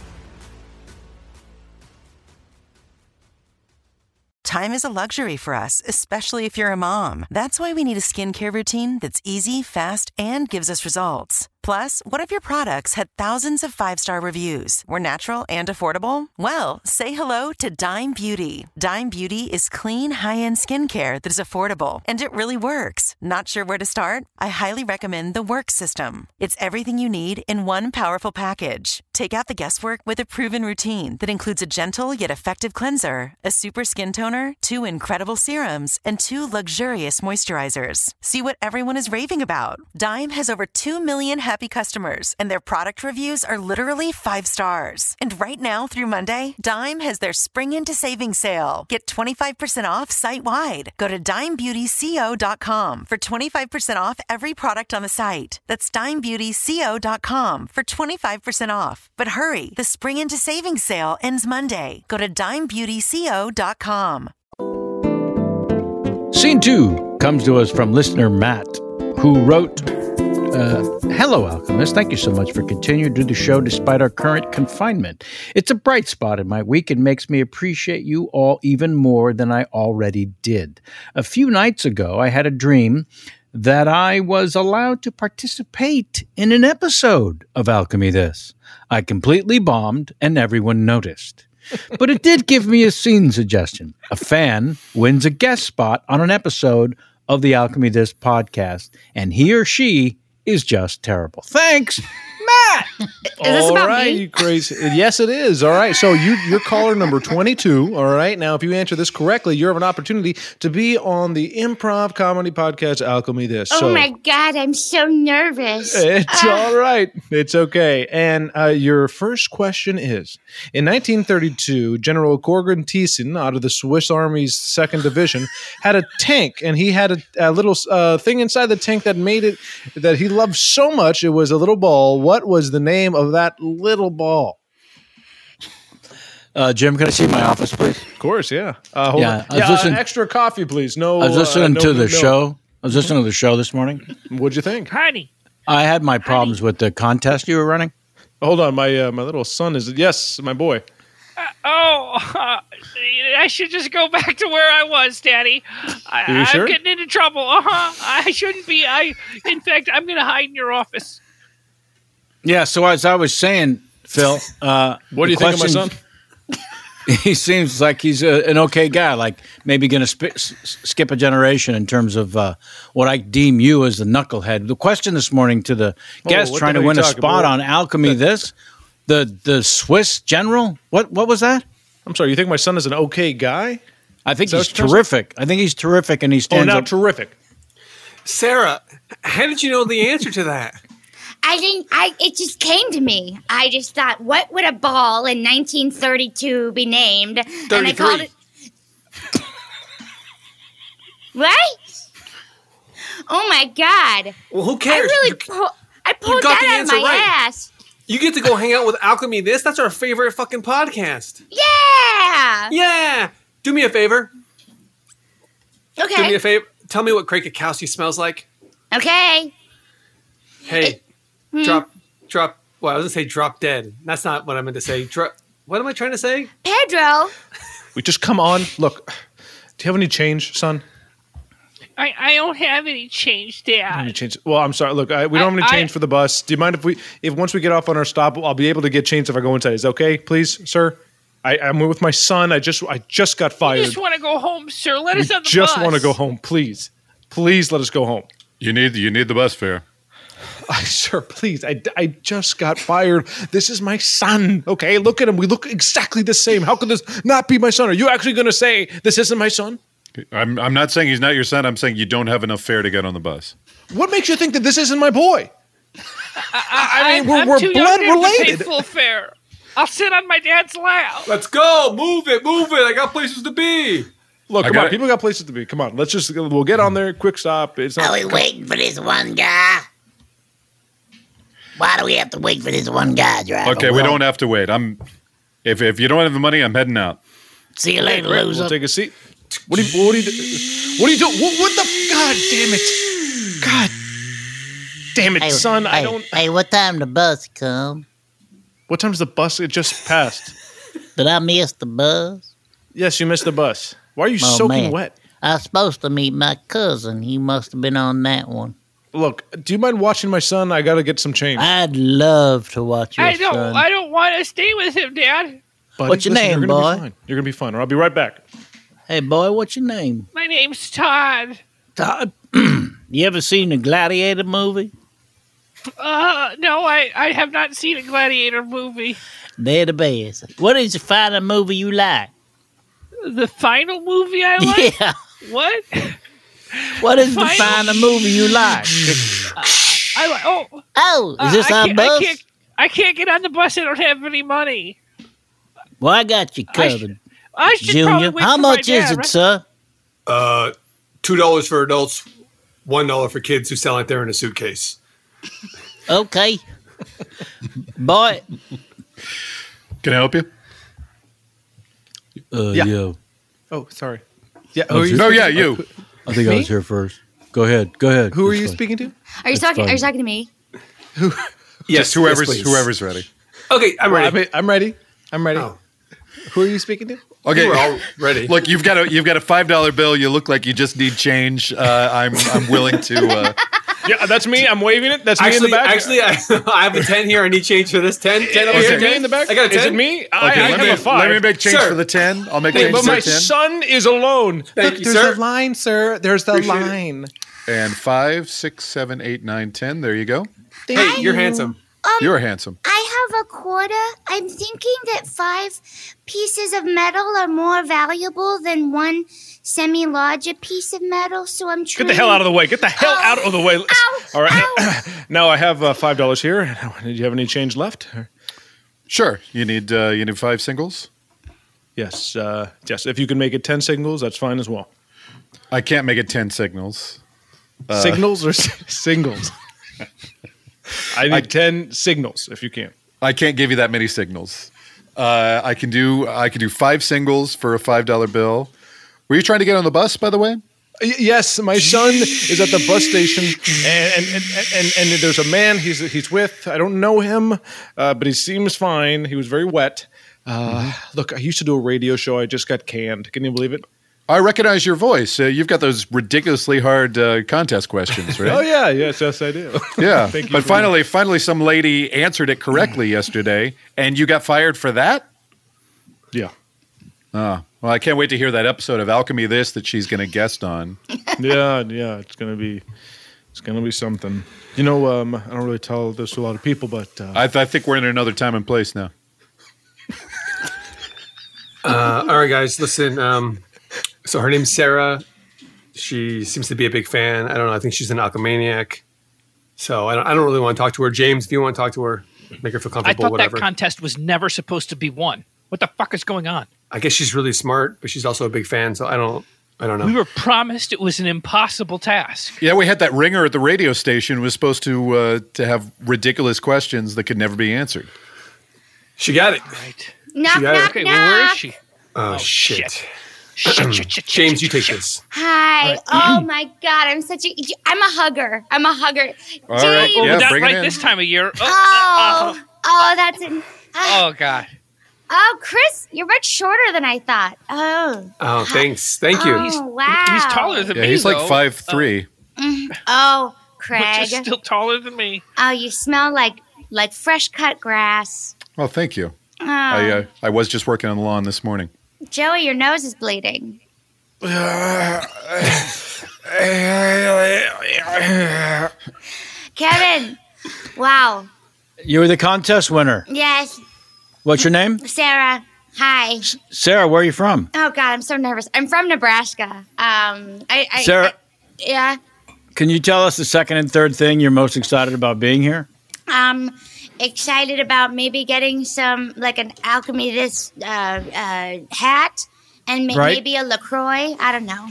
[SPEAKER 13] Time is a luxury for us, especially if you're a mom. That's why we need a skincare routine that's easy, fast, and gives us results. Plus, what if your products had thousands of five star reviews, were natural and affordable? Well, say hello to Dime Beauty. Dime Beauty is clean, high end skincare that is affordable, and it really works. Not sure where to start? I highly recommend the Work System. It's everything you need in one powerful package. Take out the guesswork with a proven routine that includes a gentle yet effective cleanser, a super skin toner, two incredible serums, and two luxurious moisturizers. See what everyone is raving about. Dime has over 2 million health happy customers, and their product reviews are literally five stars. And right now through Monday, Dime has their Spring Into Savings sale. Get 25% off site wide. Go to dimebeautyco.com for 25% off every product on the site. That's dimebeautyco.com for 25% off. But hurry, the Spring Into Savings sale ends Monday. Go to dimebeautyco.com.
[SPEAKER 2] Scene two comes to us from listener Matt, who wrote, uh, Hello, Alchemist. Thank you so much for continuing to do the show despite our current confinement. It's a bright spot in my week and makes me appreciate you all even more than I already did. A few nights ago, I had a dream that I was allowed to participate in an episode of Alchemy This. I completely bombed and everyone noticed but it did give me a scene suggestion. A fan wins a guest spot on an episode of the Alchemy This podcast, and he or she is just terrible. Thanks.
[SPEAKER 8] All right, you crazy. Yes, it is. All right. So you you're caller number 22. All right. Now, if you answer this correctly, you have an opportunity to be on the improv comedy podcast Alchemy This.
[SPEAKER 6] Oh
[SPEAKER 8] So-
[SPEAKER 6] my god, I'm so nervous.
[SPEAKER 8] It's
[SPEAKER 6] Ah.
[SPEAKER 8] all right. It's okay. And uh, your first question is In 1932, General Gorgon Thiessen, out of the Swiss Army's Second Division, had a tank, and he had a, a little uh, thing inside the tank that made it that he loved so much. It was a little ball. What was the name of that little ball?
[SPEAKER 2] Uh, Jim, can I see my office, please?
[SPEAKER 8] Of course, yeah. Uh, hold
[SPEAKER 2] Yeah,
[SPEAKER 8] on.
[SPEAKER 2] I was
[SPEAKER 8] yeah, uh,
[SPEAKER 2] listening-
[SPEAKER 8] extra coffee, please. No,
[SPEAKER 2] I was
[SPEAKER 8] uh,
[SPEAKER 2] listening
[SPEAKER 8] no-
[SPEAKER 2] to the
[SPEAKER 8] no-
[SPEAKER 2] show. I was listening to the show this morning.
[SPEAKER 8] What'd you think?
[SPEAKER 10] Honey.
[SPEAKER 2] I had my problems with the contest you were running.
[SPEAKER 8] Hold on, my uh, my little son is yes, my boy.
[SPEAKER 10] Oh, uh, I should just go back to where I was, Daddy. I,
[SPEAKER 8] Are you sure?
[SPEAKER 10] I'm getting into trouble. Uh huh. I shouldn't be. I, in fact, I'm going to hide in your office.
[SPEAKER 2] Yeah. So as I was saying, Phil, uh,
[SPEAKER 8] What do
[SPEAKER 2] the
[SPEAKER 8] you think of my
[SPEAKER 2] question-
[SPEAKER 8] son?
[SPEAKER 2] He seems like he's a, an okay guy. Like maybe going to sp- s- skip a generation in terms of uh, what I deem you as the knucklehead. The question this morning to the
[SPEAKER 8] Oh,
[SPEAKER 2] guest
[SPEAKER 8] what
[SPEAKER 2] trying
[SPEAKER 8] the
[SPEAKER 2] to
[SPEAKER 8] hell
[SPEAKER 2] win
[SPEAKER 8] you
[SPEAKER 2] a
[SPEAKER 8] talking
[SPEAKER 2] spot
[SPEAKER 8] about?
[SPEAKER 2] on Alchemy. this the the Swiss general. What what was that?
[SPEAKER 8] I'm sorry. You think my son is an okay guy?
[SPEAKER 2] I think
[SPEAKER 8] Is that what
[SPEAKER 2] he's
[SPEAKER 8] you're trying to say?
[SPEAKER 2] terrific. I think he's terrific, and he stands
[SPEAKER 8] Oh, now
[SPEAKER 2] up.
[SPEAKER 8] terrific.
[SPEAKER 9] Sarah, how did you know the answer to that?
[SPEAKER 6] I didn't. I it just came to me. I just thought, what would a ball in 1932 be named? And I called it. What? Oh my god!
[SPEAKER 9] Well, who cares?
[SPEAKER 6] I really pull, I pulled that
[SPEAKER 9] got the
[SPEAKER 6] out of
[SPEAKER 9] answer
[SPEAKER 6] my
[SPEAKER 9] right.
[SPEAKER 6] ass.
[SPEAKER 9] You get to go hang out with Alchemy This? That's our favorite fucking podcast.
[SPEAKER 6] Yeah.
[SPEAKER 9] Yeah. Do me a favor.
[SPEAKER 6] Okay.
[SPEAKER 9] Do me a favor. Tell me what Krakatowski smells like.
[SPEAKER 6] okay.
[SPEAKER 9] Hey,
[SPEAKER 6] Hmm.
[SPEAKER 9] drop, drop. Well, I was gonna say drop dead. That's not what I meant to say. Drop. What am I trying to say?
[SPEAKER 6] Pedro.
[SPEAKER 8] We just come on. Look, do you have any change, son?
[SPEAKER 10] I, I don't have any change, Dad.
[SPEAKER 8] Any change? Well, I'm sorry. Look, I, we don't have any
[SPEAKER 10] I-
[SPEAKER 8] change for the bus. Do you mind if we, if once we get off on our stop, I'll be able to get change if I go inside? Is that okay, please, sir? I, I'm with my son. I just, I just got
[SPEAKER 10] I
[SPEAKER 8] fired.
[SPEAKER 10] just want to go home, sir. Let us
[SPEAKER 8] we
[SPEAKER 10] on the
[SPEAKER 8] just
[SPEAKER 10] bus.
[SPEAKER 8] want to go home, please, please let us go home,
[SPEAKER 4] You need you need the bus fare.
[SPEAKER 8] sir. Please, I, I just got fired. This is my son. Okay, look at him. We look exactly the same. How could this not be my son? Are you actually going to say this isn't my son?
[SPEAKER 4] I'm I'm not saying he's not your son. I'm saying you don't have enough fare to get on the bus.
[SPEAKER 8] What makes you think that this isn't my boy?
[SPEAKER 10] I,
[SPEAKER 8] mean, we're-
[SPEAKER 10] I'm
[SPEAKER 8] we're
[SPEAKER 10] too
[SPEAKER 8] blood
[SPEAKER 10] young to have to pay
[SPEAKER 8] related.
[SPEAKER 10] full fare. I'll sit on my dad's lap.
[SPEAKER 9] Let's go. Move it. Move it. I got places to be.
[SPEAKER 8] Look,
[SPEAKER 9] I
[SPEAKER 8] come
[SPEAKER 9] got
[SPEAKER 8] on.
[SPEAKER 9] it.
[SPEAKER 8] People got places to be. Come on. Let's just we'll get on there. Quick stop. It's not.
[SPEAKER 14] Are we waiting for this one guy? Why do we have to wait for this one guy, driver?
[SPEAKER 4] okay, we don't have to wait. I'm if if you don't have the money, I'm heading out.
[SPEAKER 14] See you later,
[SPEAKER 8] Great,
[SPEAKER 14] loser.
[SPEAKER 8] We'll take a seat. What do you? What do you? What do you do? What, what the? God damn it! God damn it,
[SPEAKER 14] Hey,
[SPEAKER 8] son! I
[SPEAKER 14] hey,
[SPEAKER 8] don't.
[SPEAKER 14] Hey, what time the bus come?
[SPEAKER 8] What time's the bus? It just passed.
[SPEAKER 14] Did I miss the bus?
[SPEAKER 8] Yes, you missed the bus. Why are you
[SPEAKER 14] Oh,
[SPEAKER 8] soaking
[SPEAKER 14] man.
[SPEAKER 8] wet?
[SPEAKER 14] I was supposed to meet my cousin. He must have been on that one.
[SPEAKER 8] Look, do you mind watching my son? I gotta get some change.
[SPEAKER 14] I'd love to watch your
[SPEAKER 10] I don't.
[SPEAKER 14] son.
[SPEAKER 10] I don't want to stay with him, Dad.
[SPEAKER 8] Buddy,
[SPEAKER 14] What's your
[SPEAKER 8] listen,
[SPEAKER 14] name,
[SPEAKER 8] you're gonna
[SPEAKER 14] boy?
[SPEAKER 8] Be fine. You're gonna be fine. Or I'll be right back.
[SPEAKER 14] Hey, boy, what's your name?
[SPEAKER 10] My name's Todd.
[SPEAKER 14] Todd. you ever seen a Gladiator movie?
[SPEAKER 10] Uh, no, I, I have not seen a gladiator movie.
[SPEAKER 14] They're the best. What is the final movie you like?
[SPEAKER 10] The final movie I like.
[SPEAKER 14] Yeah.
[SPEAKER 10] What?
[SPEAKER 14] What is the final
[SPEAKER 10] Final-
[SPEAKER 14] movie you like?
[SPEAKER 10] I
[SPEAKER 3] I like, oh,
[SPEAKER 14] Oh,
[SPEAKER 3] uh,
[SPEAKER 14] is this
[SPEAKER 3] I
[SPEAKER 14] our
[SPEAKER 3] can't- I
[SPEAKER 14] bus?
[SPEAKER 3] can't, I can't get on the bus. I don't have any money.
[SPEAKER 14] Well, I got you
[SPEAKER 3] I sh-
[SPEAKER 14] covered,
[SPEAKER 3] I should probably
[SPEAKER 14] Junior.
[SPEAKER 3] wait
[SPEAKER 14] How
[SPEAKER 3] for my
[SPEAKER 14] much is
[SPEAKER 3] dad,
[SPEAKER 14] it,
[SPEAKER 3] right?
[SPEAKER 14] sir?
[SPEAKER 9] Uh, two dollars for adults, one dollar for kids who sound like they're in a suitcase.
[SPEAKER 14] Okay, boy.
[SPEAKER 4] Can I help you?
[SPEAKER 2] Uh,
[SPEAKER 8] Yeah.
[SPEAKER 2] yeah.
[SPEAKER 8] Oh, sorry. Yeah.
[SPEAKER 2] I was here-
[SPEAKER 8] Who-
[SPEAKER 2] I think I
[SPEAKER 8] Me?
[SPEAKER 2] was here first. Go ahead. Go ahead.
[SPEAKER 8] Who are
[SPEAKER 2] It's
[SPEAKER 8] you
[SPEAKER 2] fine.
[SPEAKER 8] speaking to?
[SPEAKER 5] Are you
[SPEAKER 2] It's
[SPEAKER 5] talking? Are
[SPEAKER 2] fine.
[SPEAKER 5] you talking to me?
[SPEAKER 4] Just whoever's
[SPEAKER 8] yes, please.
[SPEAKER 4] whoever's ready. Oh.
[SPEAKER 9] Okay, I'm
[SPEAKER 8] ready. I'm, ready. I'm ready. Who are you speaking to?
[SPEAKER 4] Okay,
[SPEAKER 8] You are
[SPEAKER 9] ready.
[SPEAKER 4] Look, you've got a you've got a five dollar bill. You look like you just need change. Uh, I'm I'm willing to. Uh,
[SPEAKER 8] yeah, that's me. I'm waving it. That's
[SPEAKER 9] actually,
[SPEAKER 8] me in the back.
[SPEAKER 9] actually, I, I have a ten here. I need change for this 10. 10 over
[SPEAKER 8] Is
[SPEAKER 9] here.
[SPEAKER 8] it me
[SPEAKER 9] 10?
[SPEAKER 8] in the back?
[SPEAKER 9] I got a
[SPEAKER 8] Is
[SPEAKER 9] ten.
[SPEAKER 8] it me? I- Okay, I let have me- a five.
[SPEAKER 4] let me make change
[SPEAKER 9] Sir.
[SPEAKER 4] for the ten. I'll make
[SPEAKER 9] Hey,
[SPEAKER 4] change
[SPEAKER 9] but
[SPEAKER 4] for
[SPEAKER 9] my
[SPEAKER 4] the ten.
[SPEAKER 8] son is alone.
[SPEAKER 9] Thank
[SPEAKER 8] Look,
[SPEAKER 9] you,
[SPEAKER 8] there's
[SPEAKER 9] sir.
[SPEAKER 8] a line, sir. There's the
[SPEAKER 9] Appreciate it.
[SPEAKER 8] line.
[SPEAKER 4] And five, six, seven, eight, nine, ten. There you go.
[SPEAKER 9] Hey, you're handsome.
[SPEAKER 4] You're handsome.
[SPEAKER 6] I have a quarter. I'm thinking that five pieces of metal are more valuable than one semi larger piece of metal, so I'm
[SPEAKER 8] Get
[SPEAKER 6] trying.
[SPEAKER 8] the hell out of the way. Get the hell out of the way. All right. now I have uh, five dollars here. Did you have any change left?
[SPEAKER 4] Sure. You need uh, you need five singles.
[SPEAKER 8] Yes. Uh, yes. If you can make it ten signals, that's fine as well.
[SPEAKER 4] I can't make it ten signals. Uh,
[SPEAKER 8] signals or s- singles? I need
[SPEAKER 4] I-
[SPEAKER 8] ten signals if you can.
[SPEAKER 4] I can't give you that many signals. Uh, I can do I can do five singles for a five dollar bill. Were you trying to get on the bus, by the way?
[SPEAKER 8] Y- Yes, my son is at the bus station, and and, and, and, and there's a man he's he's with. I don't know him, uh, but he seems fine. He was very wet. Uh,
[SPEAKER 4] Mm-hmm.
[SPEAKER 8] Look, I used to do a radio show. I just got canned. Can you believe it?
[SPEAKER 4] I recognize your voice. Uh, you've got those ridiculously hard uh, contest questions, right?
[SPEAKER 8] Oh yeah, yes, yes, I do.
[SPEAKER 4] Yeah.
[SPEAKER 8] Thank you
[SPEAKER 4] but
[SPEAKER 8] for-
[SPEAKER 4] finally, finally, some lady answered it correctly yesterday, and you got fired for that.
[SPEAKER 8] Yeah.
[SPEAKER 4] Ah, well, I can't wait to hear that episode of Alchemy This that she's going to guest on.
[SPEAKER 8] yeah, yeah, it's gonna be, it's gonna be something. You know, um, I don't really tell this to a lot of people, but uh,
[SPEAKER 4] I, th- I think we're in another time and place now.
[SPEAKER 9] Uh, all right, guys, listen. Um, so her name's Sarah. She seems to be a big fan. I don't know. I think she's an alchemaniac. So I don't, I don't really want to talk to her. James, if you want to talk to her, make her feel
[SPEAKER 3] I
[SPEAKER 9] comfortable,
[SPEAKER 3] thought
[SPEAKER 9] whatever.
[SPEAKER 3] that contest was never supposed to be won. What the fuck is going on?
[SPEAKER 9] I guess she's really smart, but she's also a big fan. So I don't, I don't know.
[SPEAKER 3] We were promised it was an impossible task.
[SPEAKER 4] Yeah, we had that ringer at the radio station who was supposed to uh, to have ridiculous questions that could never be answered.
[SPEAKER 9] She got it.
[SPEAKER 6] Knock,
[SPEAKER 9] She got it.
[SPEAKER 6] knock,
[SPEAKER 9] Okay,
[SPEAKER 6] knock.
[SPEAKER 9] well, where is she? Oh, shit. James, you take this.
[SPEAKER 6] Hi. Oh my God. I'm such a. I'm a hugger. I'm a hugger.
[SPEAKER 9] All
[SPEAKER 6] James.
[SPEAKER 9] right,
[SPEAKER 3] Oh,
[SPEAKER 9] yeah,
[SPEAKER 3] not
[SPEAKER 9] bring it
[SPEAKER 3] right
[SPEAKER 9] in.
[SPEAKER 3] this time of year.
[SPEAKER 6] Oh, oh, that's an.
[SPEAKER 3] Oh god.
[SPEAKER 6] Oh, Chris, you're much shorter than I thought. Oh.
[SPEAKER 9] Oh, thanks. Thank you.
[SPEAKER 6] Oh, wow. He's taller
[SPEAKER 4] yeah, he's like five three.
[SPEAKER 6] Oh, Craig.
[SPEAKER 3] Which is still taller than me.
[SPEAKER 6] Oh, you smell like like fresh cut grass.
[SPEAKER 4] Well, thank you.
[SPEAKER 6] Oh.
[SPEAKER 4] I uh, I was just working on the lawn this morning.
[SPEAKER 6] Joey, your nose is bleeding. Kevin. Wow.
[SPEAKER 2] You're the contest winner.
[SPEAKER 6] Yes,
[SPEAKER 2] What's your name?
[SPEAKER 6] Sarah. Hi.
[SPEAKER 2] Sarah, where are you from?
[SPEAKER 6] Oh God, I'm so nervous. I'm from Nebraska. Um, I, I
[SPEAKER 2] Sarah,
[SPEAKER 6] I- yeah.
[SPEAKER 2] can you tell us the second and third thing you're most excited about being here?
[SPEAKER 6] Um, excited about maybe getting some like an alchemy this uh, uh, hat and ma-
[SPEAKER 9] Right.
[SPEAKER 6] maybe a Lacroix. I don't know.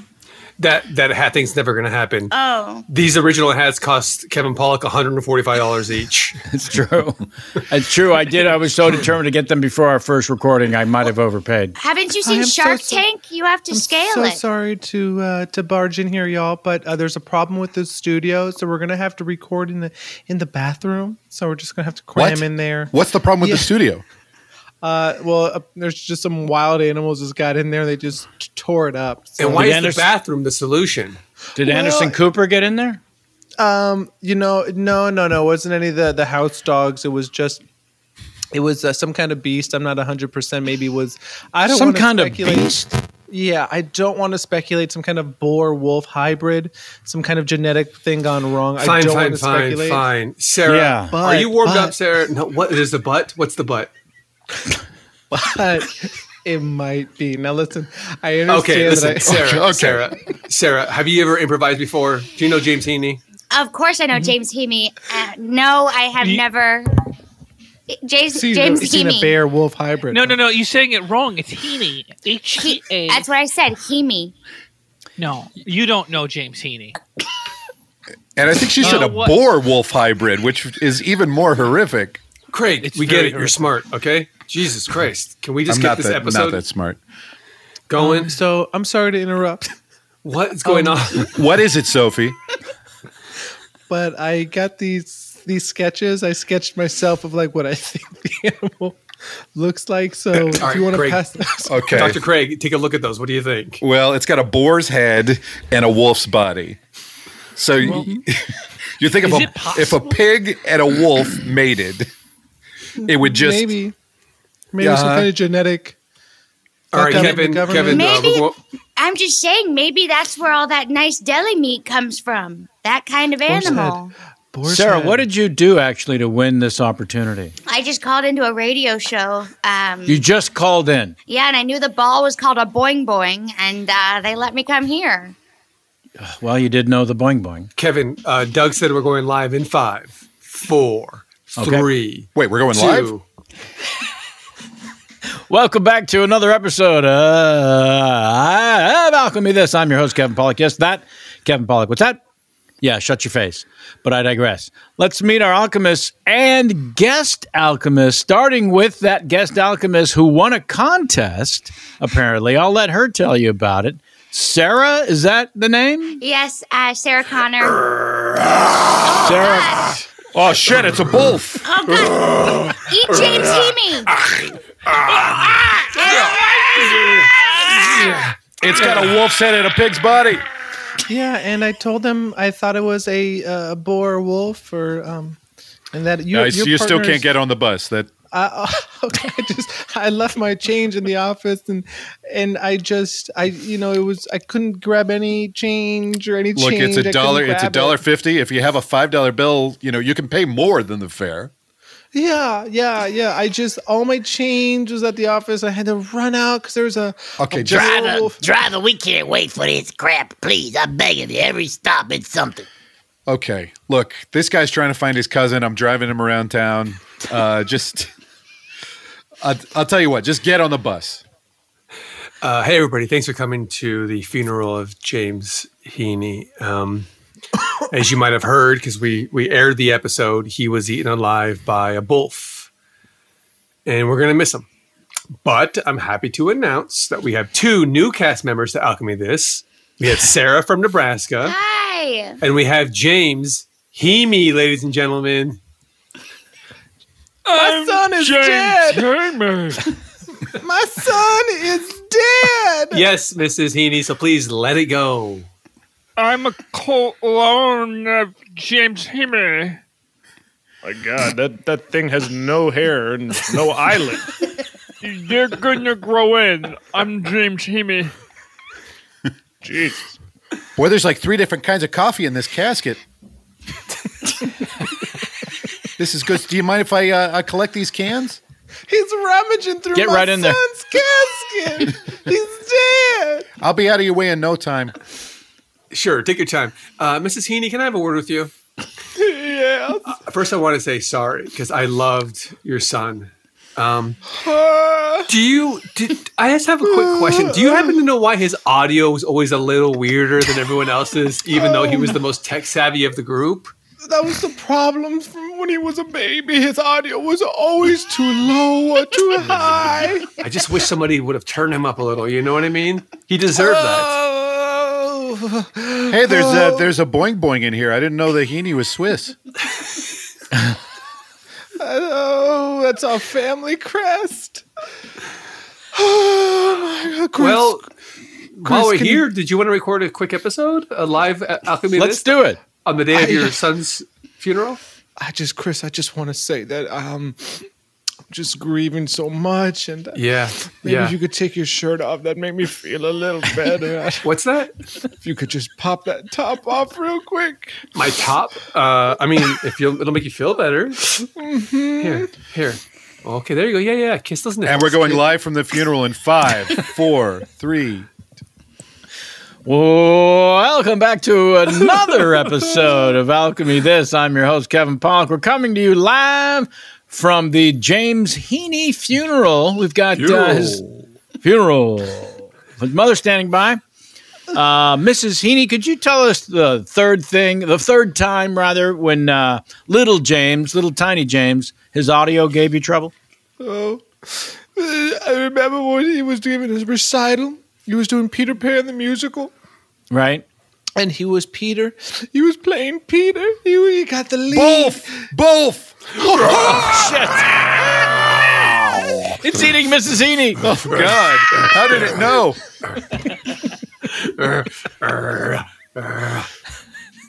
[SPEAKER 9] That that hat thing's never going to happen.
[SPEAKER 6] Oh,
[SPEAKER 9] These original hats cost Kevin Pollock $145 each.
[SPEAKER 2] It's true. it's true. I did. I was so determined to get them before our first recording. I might have overpaid.
[SPEAKER 6] haven't you seen
[SPEAKER 8] am so
[SPEAKER 6] Shark
[SPEAKER 8] so-
[SPEAKER 6] Tank? You have to
[SPEAKER 8] I'm
[SPEAKER 6] scale
[SPEAKER 8] so
[SPEAKER 6] it.
[SPEAKER 8] sorry to uh, to barge in here, y'all, but uh, there's a problem with the studio, so we're gonna have to record in the in the bathroom. So we're just gonna have to cram
[SPEAKER 4] What?
[SPEAKER 8] in there.
[SPEAKER 4] What's the problem with the
[SPEAKER 8] Yeah.
[SPEAKER 4] studio?
[SPEAKER 8] Uh, well, uh, there's just some wild animals that got in there. They just t- tore it up. So-
[SPEAKER 9] And why is the bathroom the solution?
[SPEAKER 2] Did
[SPEAKER 8] Well-
[SPEAKER 2] Anderson Cooper get in there?
[SPEAKER 8] Um, you know, no, no, no. It wasn't any of the the house dogs. It was just. It was uh, some kind of beast. I'm not 100%. Maybe it was. I don't
[SPEAKER 2] Some
[SPEAKER 8] wanna
[SPEAKER 2] kind of
[SPEAKER 8] speculate.
[SPEAKER 2] beast?
[SPEAKER 8] Yeah, I don't want to speculate. Some kind of boar wolf hybrid, some kind of genetic thing gone wrong. I
[SPEAKER 9] Fine,
[SPEAKER 8] don't want
[SPEAKER 9] fine,
[SPEAKER 8] to
[SPEAKER 9] fine,
[SPEAKER 8] speculate.
[SPEAKER 9] fine. Sarah,
[SPEAKER 8] Yeah.
[SPEAKER 9] are you
[SPEAKER 8] But-
[SPEAKER 9] warmed up,
[SPEAKER 8] but-
[SPEAKER 9] Sarah? No, what is the butt? What's the butt?
[SPEAKER 8] But it might be. Now listen, I understand
[SPEAKER 9] Okay, listen,
[SPEAKER 8] that I,
[SPEAKER 9] Sarah, Sarah, Sarah, have you ever improvised before? Do you know James Heaney?
[SPEAKER 5] Of course, I know James Heamy. Uh, no, I have
[SPEAKER 3] Ye-
[SPEAKER 5] never. James
[SPEAKER 8] He's seen a-
[SPEAKER 5] James
[SPEAKER 8] he's seen a
[SPEAKER 5] Heamy.
[SPEAKER 8] bear wolf hybrid.
[SPEAKER 3] No, no, no. You're saying it wrong. It's Heaney. H E A.
[SPEAKER 5] That's what I said. Heamy.
[SPEAKER 3] No, you don't know James Heaney.
[SPEAKER 4] And I think she said
[SPEAKER 3] Uh,
[SPEAKER 4] a
[SPEAKER 3] what-
[SPEAKER 4] boar wolf hybrid, which is even more horrific.
[SPEAKER 9] Craig, we get
[SPEAKER 4] very
[SPEAKER 9] it. You're smart, okay? Jesus Christ. Can we just
[SPEAKER 4] I'm
[SPEAKER 9] get
[SPEAKER 4] not
[SPEAKER 9] this
[SPEAKER 4] that,
[SPEAKER 9] episode
[SPEAKER 4] not that smart.
[SPEAKER 9] going?
[SPEAKER 8] Um, so I'm sorry to interrupt, Um,
[SPEAKER 9] what is going on?
[SPEAKER 4] what is it, Sophie?
[SPEAKER 8] but I got these these sketches. I sketched myself of like what I think the animal looks like. So if
[SPEAKER 9] All right,
[SPEAKER 8] you want to
[SPEAKER 9] Craig.
[SPEAKER 8] pass those,
[SPEAKER 4] Okay.
[SPEAKER 9] Dr. Craig, take a look at those. What do you think?
[SPEAKER 4] Well, it's got a boar's head and a wolf's body. So y- you think if
[SPEAKER 9] Is
[SPEAKER 4] a,
[SPEAKER 9] it possible?
[SPEAKER 4] if a pig and a wolf mated, it would just
[SPEAKER 8] maybe maybe some
[SPEAKER 4] Yeah.
[SPEAKER 8] kind of genetic.
[SPEAKER 4] All right,
[SPEAKER 8] fuck up in the
[SPEAKER 4] Kevin-
[SPEAKER 8] government.
[SPEAKER 4] Kevin, uh,
[SPEAKER 5] Maybe- I'm just saying, maybe that's where all that nice deli meat comes from. That kind of animal.
[SPEAKER 2] Sarah, what did you do actually to win this opportunity?
[SPEAKER 5] I just called into a radio show. Um,
[SPEAKER 2] You just called in.
[SPEAKER 5] yeah, and I knew the ball was called a boing boing, and uh, they let me come here.
[SPEAKER 2] Well, you did know the boing boing.
[SPEAKER 9] Kevin, uh, Doug said we're going live in five, four, three.
[SPEAKER 2] Okay.
[SPEAKER 4] Wait, we're going
[SPEAKER 9] two.
[SPEAKER 2] Welcome back to another episode of Alchemy This. I'm your host, Kevin Pollock. Yes, that. Kevin Pollock. What's that? Yeah, shut your face. But I digress. Let's meet our alchemists and guest alchemists, starting with that guest alchemist who won a contest, apparently. I'll let her tell you about it. Sarah, is that the name?
[SPEAKER 5] Yes, uh, Sarah Connor.
[SPEAKER 2] Sarah.
[SPEAKER 4] Oh, shit, it's a wolf.
[SPEAKER 5] Oh, God. Eat James Heamy.
[SPEAKER 4] It's got a wolf's head and a pig's body.
[SPEAKER 8] Yeah, and I told them I thought it was a uh, boar or wolf, or um, and that you
[SPEAKER 4] No, it's-
[SPEAKER 8] your
[SPEAKER 4] you still
[SPEAKER 8] partner's-
[SPEAKER 4] can't get on the bus. That
[SPEAKER 8] I, oh, okay, I just I left my change in the office, and and I just I you know it was I couldn't grab any change or any
[SPEAKER 4] look,
[SPEAKER 8] change.
[SPEAKER 4] it's
[SPEAKER 8] I
[SPEAKER 4] a
[SPEAKER 8] couldn't
[SPEAKER 4] dollar. It's a
[SPEAKER 8] grab
[SPEAKER 4] dollar
[SPEAKER 8] it.
[SPEAKER 4] fifty. If you have a five dollar bill, you know you can pay more than the fare.
[SPEAKER 8] Yeah, yeah, yeah. I just all my change was at the office. I had to run out because there was a
[SPEAKER 4] okay.
[SPEAKER 8] Driver,
[SPEAKER 14] Driver, driver, we can't wait for this crap. Please, I beg of you. Every stop, it's something.
[SPEAKER 4] Okay, look, this guy's trying to find his cousin. I'm driving him around town. Uh, just, I'll, I'll tell you what. Just get on the bus.
[SPEAKER 9] Uh, hey, everybody. Thanks for coming to the funeral of James Heaney. Um, as you might have heard, because we, we aired the episode, he was eaten alive by a wolf. And we're going to miss him. But I'm happy to announce that we have two new cast members to Alchemy This. We have Sarah from Nebraska,
[SPEAKER 5] Hi.
[SPEAKER 9] and we have James Heaney, ladies and gentlemen.
[SPEAKER 8] My son is dead. My son is dead.
[SPEAKER 9] Yes, Mrs. Heaney, so please let it go.
[SPEAKER 3] I'm a clone of James Heaney.
[SPEAKER 8] My God, that that thing has no hair and no eyelid.
[SPEAKER 3] You're gonna grow in. I'm James Heaney.
[SPEAKER 4] Jeez. Boy, there's like three different kinds of coffee in this casket. this is good. Do you mind if I uh, I collect these cans?
[SPEAKER 8] He's rummaging through
[SPEAKER 4] Get
[SPEAKER 8] my
[SPEAKER 4] right in there.
[SPEAKER 8] son's casket. He's dead.
[SPEAKER 4] I'll be out of your way in no time.
[SPEAKER 9] Sure, take your time. Uh, Mrs. Heaney, can I have a word with you?
[SPEAKER 8] yeah.
[SPEAKER 9] First, I want to say sorry because I loved your son. Um, do you? Did, I just have a quick question. Do you happen to know why his audio was always a little weirder than everyone else's, even though he was the most tech savvy of the group?
[SPEAKER 8] That was the problem from when he was a baby. His audio was always too low or too high.
[SPEAKER 9] I just wish somebody would have turned him up a little. You know what I mean? He deserved that.
[SPEAKER 4] Oh. Hey, there's a there's a boing boing in here. I didn't know that Heaney was Swiss.
[SPEAKER 8] Oh, that's our family crest. Oh my God, Chris.
[SPEAKER 9] Well, while we're
[SPEAKER 8] can
[SPEAKER 9] here, did you want to record a quick episode, a live uh, alchemy?
[SPEAKER 8] Let's
[SPEAKER 9] List
[SPEAKER 8] do it.
[SPEAKER 9] on the day of
[SPEAKER 8] I-
[SPEAKER 9] your son's funeral.
[SPEAKER 8] I just, Chris, I just want to say that um, I'm just grieving so much, and
[SPEAKER 9] Yeah,
[SPEAKER 8] maybe
[SPEAKER 9] yeah.
[SPEAKER 8] if you could take your shirt off. That made me feel a little better.
[SPEAKER 9] What's that?
[SPEAKER 8] If you could just pop that top off real quick.
[SPEAKER 9] My top. Uh, I mean, if you will it'll make you feel better. Here, here. Okay, there you go. Yeah, yeah. Kiss those nipples.
[SPEAKER 4] And we're going live from the funeral in five, four, three.
[SPEAKER 2] Welcome back to another episode of Alchemy This. I'm your host, Kevin Pollock. We're coming to you live from the James Heaney funeral. We've got Uh, his funeral. His mother standing by. Uh, Mrs. Heaney, could you tell us the third thing, the third time, rather, when uh, little James, little tiny James, his audio gave you trouble?
[SPEAKER 15] Oh, I remember when he was giving his recital. He was doing Peter Pan the musical,
[SPEAKER 2] Right?
[SPEAKER 15] and he was Peter. He was playing Peter. He, he got the lead. Oh,
[SPEAKER 4] Both, both.
[SPEAKER 2] It's eating Mrs. Heaney.
[SPEAKER 4] Oh God! How did it know?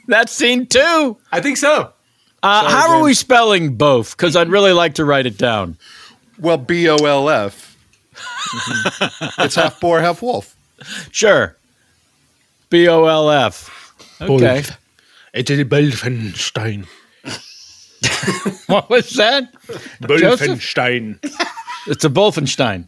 [SPEAKER 2] That's scene two.
[SPEAKER 9] I think so.
[SPEAKER 2] Uh,
[SPEAKER 9] Sorry,
[SPEAKER 2] how are
[SPEAKER 9] James.
[SPEAKER 2] we spelling both? Because I'd really like to write it down.
[SPEAKER 4] Well, B O L F. It's half boar, half wolf.
[SPEAKER 2] Sure. B O L F. Okay.
[SPEAKER 8] Both. It is Belfenstein.
[SPEAKER 2] What was that? Joseph?
[SPEAKER 8] Belfenstein.
[SPEAKER 2] It's a Bolfenstein.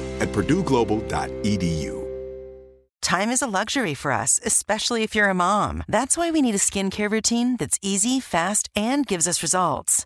[SPEAKER 12] at purdueglobal.edu.
[SPEAKER 13] Time is a luxury for us, especially if you're a mom. That's why we need a skincare routine that's easy, fast, and gives us results.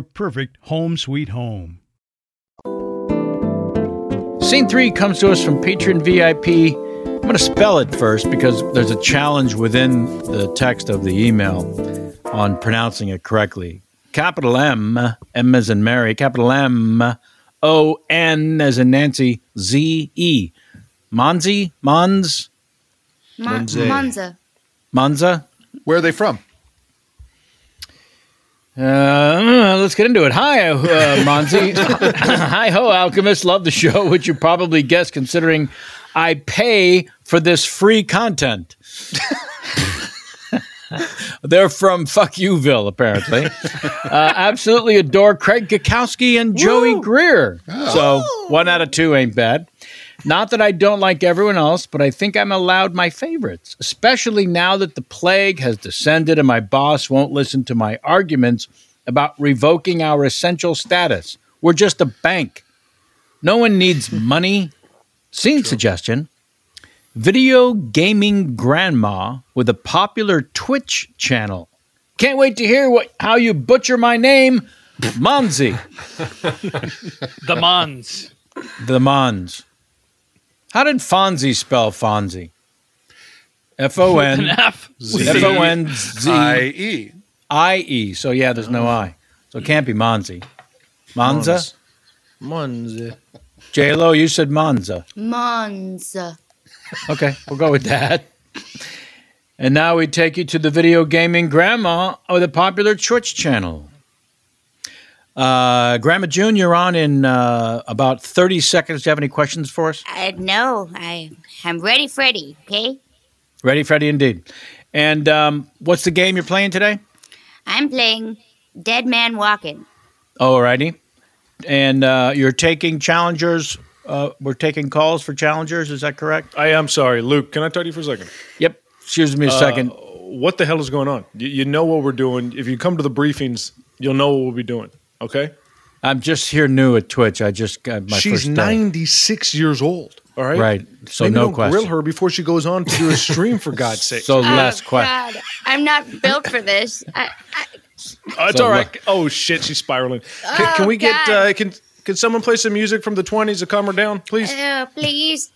[SPEAKER 1] perfect home sweet home.
[SPEAKER 2] Scene three comes to us from patron VIP. I'm going to spell it first because there's a challenge within the text of the email on pronouncing it correctly. Capital M, M as in Mary, capital M, O N as in Nancy, Z E. Monzi? Mons?
[SPEAKER 5] Mon-
[SPEAKER 2] Monza.
[SPEAKER 5] Monza.
[SPEAKER 2] Monza? Where are they from? Uh, let's get into it. Hi, uh, Monzi. Hi, ho, alchemist. Love the show, which you probably guessed considering I pay for this free content. They're from Fuck Youville, apparently. uh, absolutely adore Craig Gakowski and Joey Greer. So one out of two ain't bad. Not that I don't like everyone else, but I think I'm allowed my favorites, especially now that the plague has descended and my boss won't listen to my arguments about revoking our essential status. We're just a bank. No one needs money. Scene suggestion Video Gaming Grandma with a popular Twitch channel. Can't wait to hear what how you butcher my name, Monzi.
[SPEAKER 3] The Mons.
[SPEAKER 2] The Mons. How did Fonzie spell Fonzie? F O N
[SPEAKER 3] With an F.
[SPEAKER 2] Z- F O N Z
[SPEAKER 3] I
[SPEAKER 2] E I E. So yeah, there's no I. So it can't be Monzie. Monza.
[SPEAKER 8] Monza.
[SPEAKER 2] J Lo, you said Monza.
[SPEAKER 5] Monza.
[SPEAKER 2] Okay, we'll go with that. And now we take you to the video gaming grandma of the popular Twitch channel. Uh, grandma June, you're on in uh, about 30 seconds. Do you have any questions for us?
[SPEAKER 14] Uh, no, I I'm ready, Freddy. Okay,
[SPEAKER 2] Ready, Freddy, indeed. And um, what's the game you're playing today?
[SPEAKER 14] I'm playing Dead Man Walking.
[SPEAKER 2] Alrighty. Oh, And uh, you're taking challengers. Uh, we're taking calls for challengers. Is that correct?
[SPEAKER 8] I am sorry, Luke. Can I talk to you for a second?
[SPEAKER 2] Yep. Excuse me a
[SPEAKER 8] Uh,
[SPEAKER 2] second.
[SPEAKER 8] What the hell is going on? You, you know what we're doing. If you come to the briefings, you'll know what we'll be doing. Okay.
[SPEAKER 2] I'm just here new at Twitch. I just got my
[SPEAKER 8] She's
[SPEAKER 2] first day.
[SPEAKER 8] 96 years old. All right.
[SPEAKER 2] Right. So
[SPEAKER 8] Maybe
[SPEAKER 2] no
[SPEAKER 8] don't
[SPEAKER 2] question.
[SPEAKER 8] grill her before she goes on to do a stream, for God's sake.
[SPEAKER 6] Oh,
[SPEAKER 2] So less
[SPEAKER 6] Ah,
[SPEAKER 2] question.
[SPEAKER 5] God, I'm not built for this. I,
[SPEAKER 8] Oh, it's
[SPEAKER 2] So
[SPEAKER 8] all
[SPEAKER 2] le-
[SPEAKER 8] right. Oh shit, she's spiraling. Can, can
[SPEAKER 5] Oh,
[SPEAKER 8] we get?
[SPEAKER 5] God.
[SPEAKER 8] Uh, can can someone play some music from the 20s to calm her down, please?
[SPEAKER 5] oh,
[SPEAKER 6] uh,
[SPEAKER 5] please.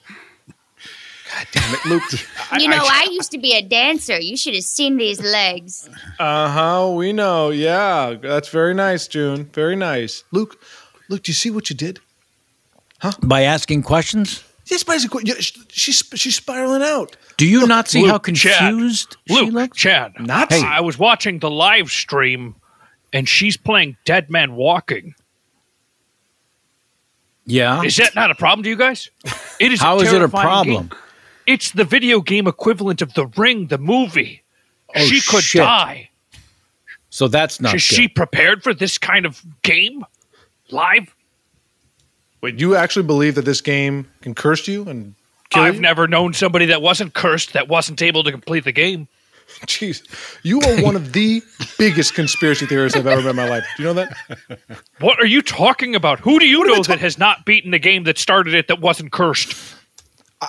[SPEAKER 8] Damn it, Luke.
[SPEAKER 5] You know, I, used to be a dancer. You should have seen these legs.
[SPEAKER 8] Uh huh. We know. Yeah, that's very nice, June. Very nice, Luke. Luke, do you see what you did?
[SPEAKER 2] By asking questions?
[SPEAKER 8] Yes, basically. yeah, sh- She's she's spiraling out.
[SPEAKER 2] Do you not see how
[SPEAKER 3] Chad.
[SPEAKER 2] confused
[SPEAKER 3] Luke, Chad,
[SPEAKER 2] Not-
[SPEAKER 3] I was watching the live stream, and she's playing Dead Man Walking.
[SPEAKER 2] Yeah.
[SPEAKER 3] Is that not a problem to you guys? It is.
[SPEAKER 2] How is it a
[SPEAKER 3] terrifying
[SPEAKER 2] problem?
[SPEAKER 3] game. It's the video game equivalent of The Ring, the movie.
[SPEAKER 2] Oh,
[SPEAKER 3] she could
[SPEAKER 2] shit.
[SPEAKER 3] die.
[SPEAKER 2] So that's not.
[SPEAKER 3] is
[SPEAKER 2] good.
[SPEAKER 3] she prepared for this kind of game? Live?
[SPEAKER 8] Wait, you actually believe that this game can curse you and kill
[SPEAKER 3] I've
[SPEAKER 8] you?
[SPEAKER 3] never known somebody that wasn't cursed that wasn't able to complete the game.
[SPEAKER 8] Jeez, you are one of the biggest conspiracy theorists I've ever met in my life. Do you know that?
[SPEAKER 3] What are you talking about? Who do you know that has not beaten the game that started it that wasn't cursed?
[SPEAKER 8] A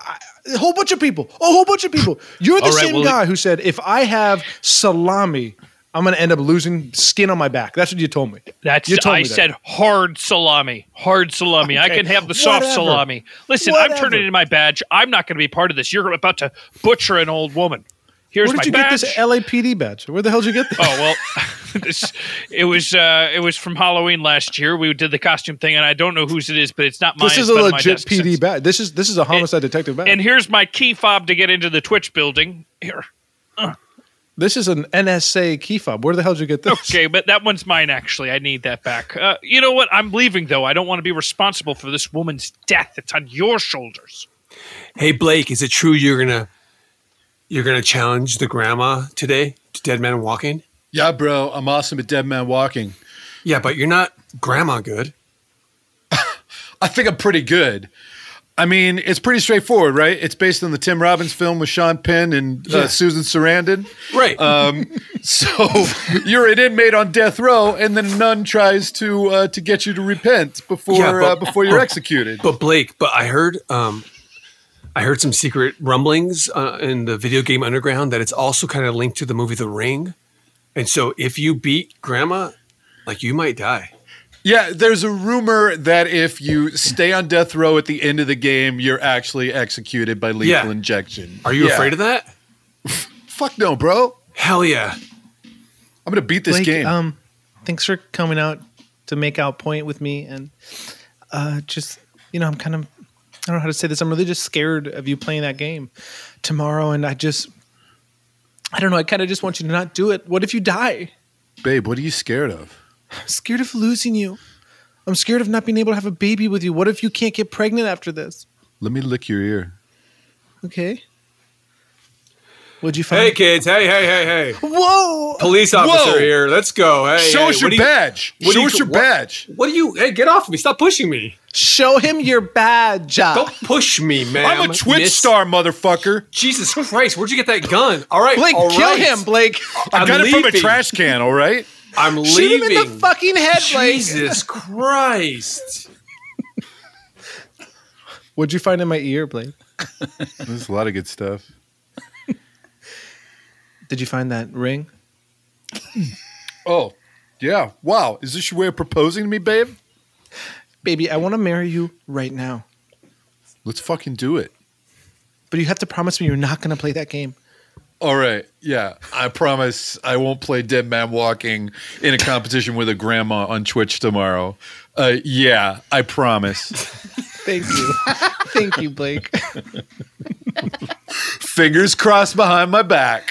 [SPEAKER 8] whole bunch of people. A whole bunch of people. You're the
[SPEAKER 3] All right,
[SPEAKER 8] same
[SPEAKER 3] well,
[SPEAKER 8] guy who said, if I have salami, I'm going to end up losing skin on my back. That's what you told me.
[SPEAKER 3] That's
[SPEAKER 8] you told
[SPEAKER 3] I
[SPEAKER 8] me that.
[SPEAKER 3] said hard salami, hard salami. I
[SPEAKER 8] Okay,
[SPEAKER 3] can have the soft
[SPEAKER 8] whatever.
[SPEAKER 3] salami. Listen, I'm
[SPEAKER 8] Whatever.
[SPEAKER 3] turning in my badge. I'm not going to be part of this. You're about to butcher an old woman. Here's
[SPEAKER 8] Where
[SPEAKER 3] my
[SPEAKER 8] did you
[SPEAKER 3] badge.
[SPEAKER 8] get this LAPD badge? Where the hell did you get this?
[SPEAKER 3] Oh well, this, it was uh, it was from Halloween last year. We did the costume thing, and I don't know whose it is, but it's not mine.
[SPEAKER 8] this
[SPEAKER 3] It's
[SPEAKER 8] is a
[SPEAKER 3] been on my
[SPEAKER 8] legit
[SPEAKER 3] desk.
[SPEAKER 8] PD badge. This is this is a homicide detective badge.
[SPEAKER 3] And here's my key fob to get into the Twitch building. Here,
[SPEAKER 8] this is an NSA key fob. Where the hell did you get this?
[SPEAKER 3] okay, but that one's mine actually. I need that back. Uh, you know what? I'm leaving though. I don't want to be responsible for this woman's death. It's on your shoulders.
[SPEAKER 9] Hey Blake, is it true you're gonna you're gonna challenge the grandma today to Dead Man Walking?
[SPEAKER 4] Yeah, bro, I'm awesome at Dead Man Walking.
[SPEAKER 9] Yeah, but you're not grandma good.
[SPEAKER 4] I think I'm pretty good. I mean, it's pretty straightforward, right? It's based on the Tim Robbins film with Sean Penn and uh,
[SPEAKER 9] Yeah.
[SPEAKER 4] Susan Sarandon.
[SPEAKER 9] Right.
[SPEAKER 4] Um, so you're an inmate on death row, and then a nun tries to uh, to get you to repent before uh, before you're
[SPEAKER 9] but-
[SPEAKER 4] executed.
[SPEAKER 9] But Blake, but I heard um, I heard some secret rumblings uh, in the video game Underground that it's also kind of linked to the movie The Ring, and so if you beat Grandma, like you might die.
[SPEAKER 4] Yeah, there's a rumor that if you stay on death row at the end of the game, you're actually executed by lethal
[SPEAKER 9] Yeah.
[SPEAKER 4] injection.
[SPEAKER 9] Are you afraid of that?
[SPEAKER 4] Fuck no, bro.
[SPEAKER 9] Hell yeah.
[SPEAKER 4] I'm gonna beat this
[SPEAKER 8] Blake,
[SPEAKER 4] game.
[SPEAKER 8] Um, thanks for coming out to make out point with me, and uh, just you know, I'm kind of I don't know how to say this. I'm really just scared of you playing that game tomorrow, and I just I don't know. I kind of just want you to not do it. What if you die?
[SPEAKER 4] Babe, what are you scared of?
[SPEAKER 8] I'm scared of losing you. I'm scared of not being able to have a baby with you. What if you can't get pregnant after this?
[SPEAKER 4] Let me lick your ear.
[SPEAKER 8] Okay. Would you find?
[SPEAKER 9] Hey kids, hey hey hey hey.
[SPEAKER 8] Whoa!
[SPEAKER 9] Police officer here. Let's go. Hey,
[SPEAKER 8] Show
[SPEAKER 9] hey,
[SPEAKER 8] us
[SPEAKER 9] what
[SPEAKER 8] your
[SPEAKER 9] do you-
[SPEAKER 8] badge.
[SPEAKER 9] what do
[SPEAKER 8] Show
[SPEAKER 9] you-
[SPEAKER 8] us your
[SPEAKER 9] what-
[SPEAKER 8] badge.
[SPEAKER 9] What do you? Hey, get off me! Stop pushing me.
[SPEAKER 8] Show him your badge.
[SPEAKER 9] Don't push me, man.
[SPEAKER 8] I'm a Twitch
[SPEAKER 4] star, motherfucker.
[SPEAKER 9] Jesus Christ, where'd you get that gun? All right,
[SPEAKER 8] Blake,
[SPEAKER 9] all
[SPEAKER 8] kill
[SPEAKER 9] right.
[SPEAKER 8] him, Blake.
[SPEAKER 9] I'm leaving.
[SPEAKER 4] can, all right?
[SPEAKER 9] I'm
[SPEAKER 8] Shoot
[SPEAKER 9] leaving.
[SPEAKER 8] him in the fucking head, Blake.
[SPEAKER 9] Jesus Christ.
[SPEAKER 8] What'd you find in my ear, Blake?
[SPEAKER 4] There's a lot of good stuff.
[SPEAKER 8] Did you find that ring?
[SPEAKER 4] Oh, yeah. Wow. Is this your way of proposing to me, babe?
[SPEAKER 8] Baby, I want to marry you right now.
[SPEAKER 4] Let's fucking do it.
[SPEAKER 8] But you have to promise me you're not going to play that game.
[SPEAKER 4] All right. Yeah. I promise I won't play Dead Man Walking in a competition with a grandma on Twitch tomorrow. Uh, yeah, I promise.
[SPEAKER 8] Thank you. Thank you, Blake.
[SPEAKER 4] Fingers crossed behind my back.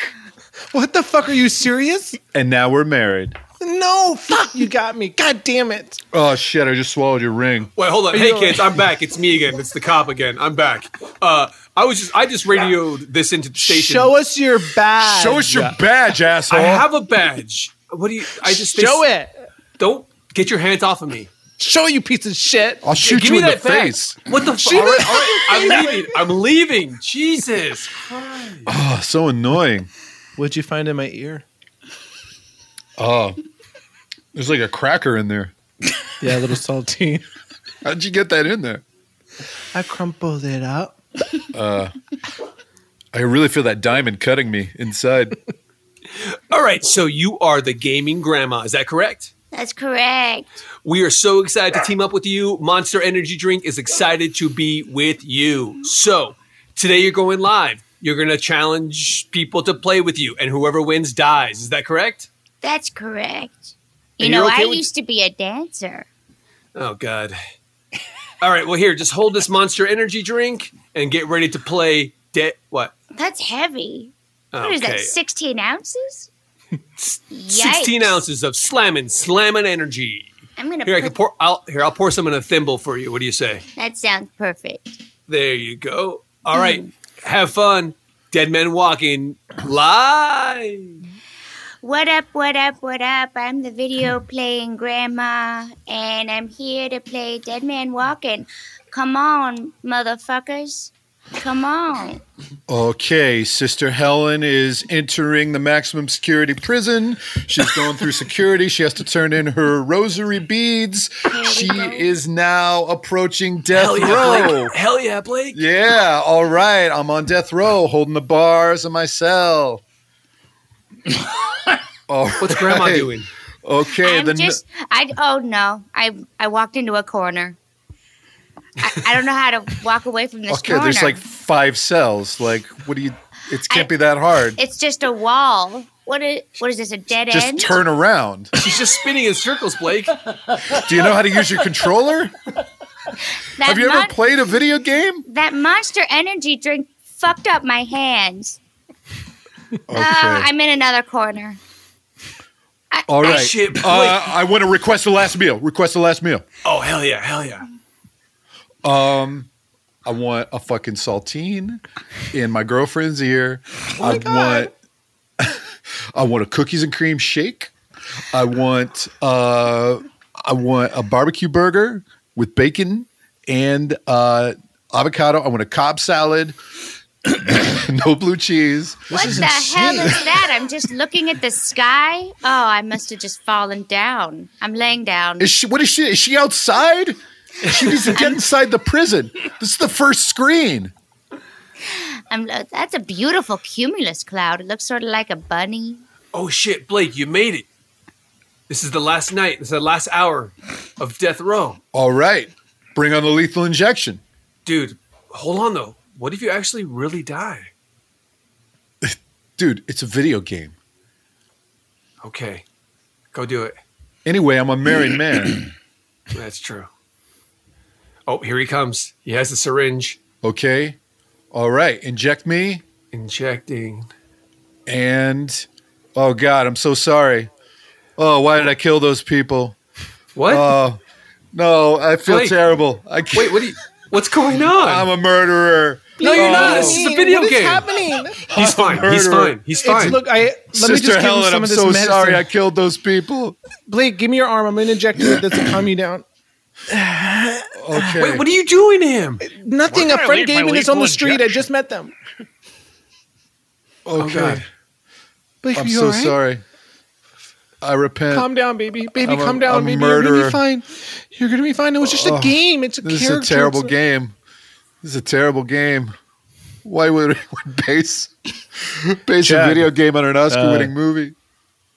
[SPEAKER 8] What the fuck? Are you serious?
[SPEAKER 4] And now we're married.
[SPEAKER 8] No, fuck, you got me. God damn it.
[SPEAKER 4] Oh, shit. I just swallowed your ring.
[SPEAKER 9] Wait, hold on.
[SPEAKER 8] Are
[SPEAKER 9] Hey,
[SPEAKER 8] you all
[SPEAKER 9] kids, I'm back. It's me again. It's the cop again. I'm back. Uh, I was just, I just radioed this into the station.
[SPEAKER 8] Show us your badge.
[SPEAKER 9] Show us your Yeah.
[SPEAKER 4] badge, asshole.
[SPEAKER 9] I have a badge. What do you? I just they-
[SPEAKER 8] Show it.
[SPEAKER 9] Don't get your hands off of me.
[SPEAKER 8] Show you piece of shit.
[SPEAKER 4] I'll shoot
[SPEAKER 9] give
[SPEAKER 4] you
[SPEAKER 9] me
[SPEAKER 4] in the
[SPEAKER 9] that badge.
[SPEAKER 4] face.
[SPEAKER 9] What the fuck?
[SPEAKER 8] Shoot
[SPEAKER 9] All
[SPEAKER 8] me
[SPEAKER 9] right,
[SPEAKER 8] in
[SPEAKER 9] all right,
[SPEAKER 8] the
[SPEAKER 9] I'm
[SPEAKER 8] face.
[SPEAKER 9] leaving. I'm leaving. Jesus.
[SPEAKER 4] Oh, so annoying.
[SPEAKER 8] What'd you find in my ear?
[SPEAKER 4] Oh, there's like a cracker in there.
[SPEAKER 8] Yeah, a little saltine.
[SPEAKER 4] How'd you get that in there?
[SPEAKER 8] I crumpled it up.
[SPEAKER 4] Uh, I really feel that diamond cutting me inside.
[SPEAKER 9] All right. So you are the gaming grandma. Is that correct?
[SPEAKER 6] That's correct.
[SPEAKER 9] We are so excited to team up with you. Monster Energy Drink is excited to be with you. So, today you're going live. You're going to challenge people to play with you, and whoever wins dies. Is that correct?
[SPEAKER 6] That's correct. You
[SPEAKER 9] And you're
[SPEAKER 6] know,
[SPEAKER 9] okay
[SPEAKER 6] I
[SPEAKER 9] with-
[SPEAKER 6] used to be a dancer.
[SPEAKER 9] Oh, God. All right. Well, here, just hold this Monster Energy Drink and get ready to play. De- what?
[SPEAKER 6] That's heavy.
[SPEAKER 9] Okay.
[SPEAKER 6] What is that? Sixteen ounces?
[SPEAKER 9] 16
[SPEAKER 6] Yikes.
[SPEAKER 9] ounces of slamming, slamming energy.
[SPEAKER 6] I'm gonna.
[SPEAKER 9] Here, I
[SPEAKER 6] put-
[SPEAKER 9] can pour. I'll, here, I'll pour some in a thimble for you. What do you say?
[SPEAKER 6] That sounds perfect.
[SPEAKER 9] There you go. All right.
[SPEAKER 6] Mm.
[SPEAKER 9] Have fun. Dead Men Walking live.
[SPEAKER 6] What up? What up? What up? I'm the video playing grandma, and I'm here to play Dead Man Walking. Come on, motherfuckers! Come on.
[SPEAKER 4] Okay, Sister Helen is entering the maximum security prison. She's going through security. She has to turn in her rosary beads. She is now approaching death
[SPEAKER 9] Hell yeah,
[SPEAKER 4] row.
[SPEAKER 9] Blake. Hell yeah, Blake.
[SPEAKER 4] Yeah, all right. I'm on death row holding the bars of my cell. All
[SPEAKER 9] What's Grandma
[SPEAKER 4] right.
[SPEAKER 9] doing?
[SPEAKER 4] Okay,
[SPEAKER 6] I'm
[SPEAKER 4] the n-
[SPEAKER 6] just. I oh no. I I walked into a corner. I, I don't know how to walk away from this
[SPEAKER 4] Okay,
[SPEAKER 6] corner.
[SPEAKER 4] there's like five cells. Like, what do you? It can't be that hard.
[SPEAKER 6] It's just a wall. What is what is this? A dead
[SPEAKER 4] Just
[SPEAKER 6] end?
[SPEAKER 4] turn around.
[SPEAKER 9] She's just spinning in circles, Blake.
[SPEAKER 4] Do you know how to use your controller?
[SPEAKER 6] That
[SPEAKER 4] Have you ever
[SPEAKER 6] mon-
[SPEAKER 4] played a video game?
[SPEAKER 6] That monster energy drink fucked up my hands. Uh, I'm in another corner.
[SPEAKER 4] All right.
[SPEAKER 9] shit, Blake.
[SPEAKER 4] uh, I want to request the last meal. Request the last meal.
[SPEAKER 9] Oh hell yeah, hell yeah.
[SPEAKER 4] Um, I want a fucking saltine in my
[SPEAKER 6] Oh
[SPEAKER 4] girlfriend's ear. I want. I want a cookies and cream shake. I want uh, I want a barbecue burger with bacon and uh, avocado. I want a cob salad, no blue cheese.
[SPEAKER 6] What the hell is that? I'm just looking at the sky. Oh, I must have just fallen down. I'm laying down.
[SPEAKER 4] Is she? What is she? Is she outside? She needs to get inside the prison. This is the first screen.
[SPEAKER 6] I'm, uh, that's a beautiful cumulus cloud. It looks sort of like a bunny.
[SPEAKER 9] Oh shit, Blake, you made it. This is the last night. This is the last hour of death row.
[SPEAKER 4] All right, bring on the lethal injection.
[SPEAKER 9] Dude, hold on though. What if you actually really die?
[SPEAKER 4] Dude, it's a video game.
[SPEAKER 9] Okay. Go do it.
[SPEAKER 4] Anyway, I'm a married man.
[SPEAKER 9] That's true. Oh, here he comes. He has the syringe.
[SPEAKER 4] Okay. All right, inject me.
[SPEAKER 9] Injecting.
[SPEAKER 4] And oh god, I'm so sorry. Oh, why did I kill those people?
[SPEAKER 9] What?
[SPEAKER 4] Oh, no, I feel
[SPEAKER 9] Blake.
[SPEAKER 4] terrible. I can't.
[SPEAKER 9] Wait, what? Are you, what's going on?
[SPEAKER 4] I'm a murderer.
[SPEAKER 9] No, you're not.
[SPEAKER 4] Oh.
[SPEAKER 9] This is a video
[SPEAKER 15] What is
[SPEAKER 9] game.
[SPEAKER 15] happening?
[SPEAKER 9] He's fine. He's
[SPEAKER 4] Murderer.
[SPEAKER 9] fine. He's fine.
[SPEAKER 15] It's, look, I let me just
[SPEAKER 4] Sister
[SPEAKER 15] give him
[SPEAKER 4] Helen,
[SPEAKER 15] some
[SPEAKER 4] I'm
[SPEAKER 15] of this
[SPEAKER 4] so
[SPEAKER 15] medicine.
[SPEAKER 4] sorry I killed those people.
[SPEAKER 15] Blake, give me your arm. I'm gonna inject you. That's to calm you down.
[SPEAKER 4] Okay.
[SPEAKER 9] Wait, what are you doing to him?
[SPEAKER 15] Nothing.
[SPEAKER 9] Why
[SPEAKER 15] A
[SPEAKER 9] can't I
[SPEAKER 15] friend
[SPEAKER 9] leave
[SPEAKER 15] gave
[SPEAKER 9] my
[SPEAKER 15] me this on the
[SPEAKER 9] lethal
[SPEAKER 15] street. I just met them.
[SPEAKER 4] Oh, god.
[SPEAKER 15] Blake,
[SPEAKER 4] I'm
[SPEAKER 15] are you
[SPEAKER 4] so
[SPEAKER 15] all right?
[SPEAKER 4] sorry. I repent.
[SPEAKER 15] Calm down, baby. Baby,
[SPEAKER 4] I'm a-
[SPEAKER 15] calm down,
[SPEAKER 4] I'm a
[SPEAKER 15] baby. You're gonna
[SPEAKER 4] murderer.
[SPEAKER 15] be fine. You're gonna be fine. It was just
[SPEAKER 4] Oh,
[SPEAKER 15] a game. It's a
[SPEAKER 4] This
[SPEAKER 15] character.
[SPEAKER 4] is a terrible
[SPEAKER 15] It's
[SPEAKER 4] game. This is a terrible game. Why would would base base
[SPEAKER 8] Chad,
[SPEAKER 4] a video game on an Oscar-winning
[SPEAKER 8] uh,
[SPEAKER 4] movie?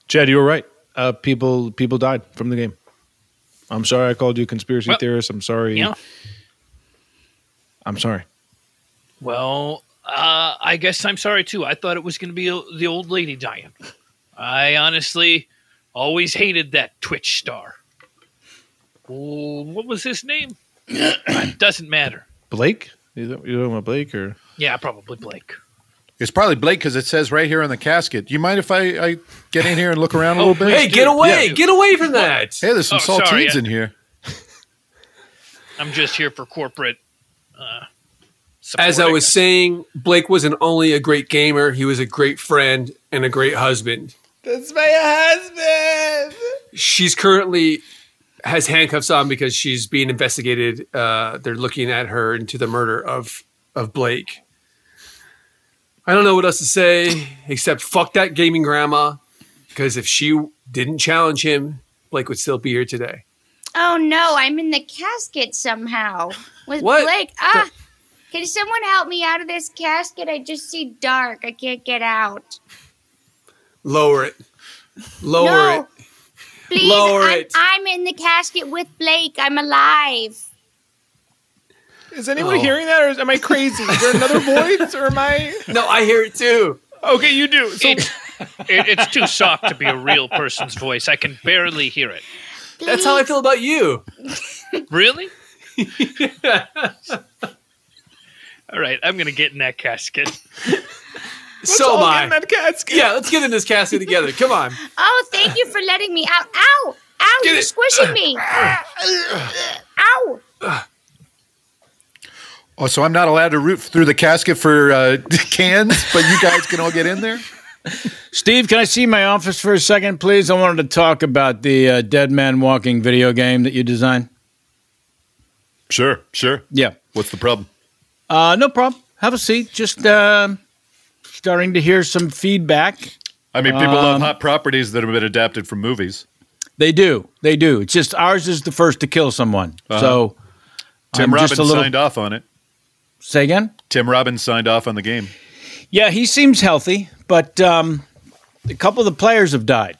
[SPEAKER 8] Chad, you were right. Uh, people people died from the game. I'm sorry I called you a conspiracy
[SPEAKER 3] Well,
[SPEAKER 8] theorist. I'm sorry.
[SPEAKER 3] you know.
[SPEAKER 8] I'm sorry.
[SPEAKER 3] Well, uh, I guess I'm sorry too. I thought it was going to be o- the old lady dying. I honestly always hated that Twitch star. Oh, what was his name? it doesn't matter.
[SPEAKER 8] Blake? You don't, you don't want Blake or
[SPEAKER 3] Yeah, probably Blake.
[SPEAKER 4] It's probably Blake because it says right here on the casket. Do you mind if I, I get in here and look around a little bit?
[SPEAKER 9] hey, get away. Get away from that.
[SPEAKER 4] Hey, there's some
[SPEAKER 3] Oh, sorry,
[SPEAKER 4] saltines
[SPEAKER 3] I-
[SPEAKER 4] in here.
[SPEAKER 3] I'm just here for corporate. Uh,
[SPEAKER 9] As I was saying, Blake wasn't only a great gamer, he was a great friend and a great husband.
[SPEAKER 15] That's my husband.
[SPEAKER 9] She's currently has handcuffs on because she's being investigated. Uh, they're looking at her into the murder of of Blake. I don't know what else to say except fuck that gaming grandma. Because if she didn't challenge him, Blake would still be here today.
[SPEAKER 6] Oh no, I'm in the casket somehow with
[SPEAKER 9] What?
[SPEAKER 6] Blake. Ah, can someone help me out of this casket? I just see dark. I can't get out.
[SPEAKER 9] Lower it. Lower
[SPEAKER 6] No.
[SPEAKER 9] it.
[SPEAKER 6] Please,
[SPEAKER 9] Lower
[SPEAKER 6] I'm,
[SPEAKER 9] it.
[SPEAKER 6] I'm in the casket with Blake. I'm alive.
[SPEAKER 15] Is anyone
[SPEAKER 9] Oh.
[SPEAKER 15] hearing that, or is- am I crazy? Is there another voice, or am I?
[SPEAKER 9] No, I hear it too.
[SPEAKER 15] Okay, you do. So
[SPEAKER 3] it, it's too soft to be a real person's voice. I can barely hear it.
[SPEAKER 9] That's how I feel about you.
[SPEAKER 3] Really? All right, I'm going to get in that casket.
[SPEAKER 9] so am
[SPEAKER 3] all
[SPEAKER 9] I.
[SPEAKER 3] get in
[SPEAKER 15] that casket.
[SPEAKER 9] Yeah, let's get in this casket together. Come on.
[SPEAKER 6] Oh, thank you for letting me out. Ow! Ow!
[SPEAKER 9] Get
[SPEAKER 6] you're
[SPEAKER 9] it.
[SPEAKER 6] squishing me. Ow!
[SPEAKER 4] Oh, so I'm not allowed to root through the casket for uh, cans, but you guys can all get in there.
[SPEAKER 2] Steve, can I see my office for a second, please? I wanted to talk about the uh, Dead Man Walking video game that you designed.
[SPEAKER 4] Sure, sure.
[SPEAKER 2] Yeah.
[SPEAKER 4] What's the problem?
[SPEAKER 2] Uh, no problem. Have a seat. Just um starting to hear some feedback.
[SPEAKER 4] I mean, people love
[SPEAKER 2] Um,
[SPEAKER 4] hot properties that have been adapted from movies.
[SPEAKER 2] They do. They do. It's just ours is the first to kill someone.
[SPEAKER 4] Uh-huh.
[SPEAKER 2] So
[SPEAKER 4] Tim
[SPEAKER 2] I'm just
[SPEAKER 4] Robbins
[SPEAKER 2] a little-
[SPEAKER 4] signed off on it.
[SPEAKER 2] Say again.
[SPEAKER 4] Tim Robbins signed off on the game.
[SPEAKER 2] Yeah, he seems healthy, but um, a couple of the players have died.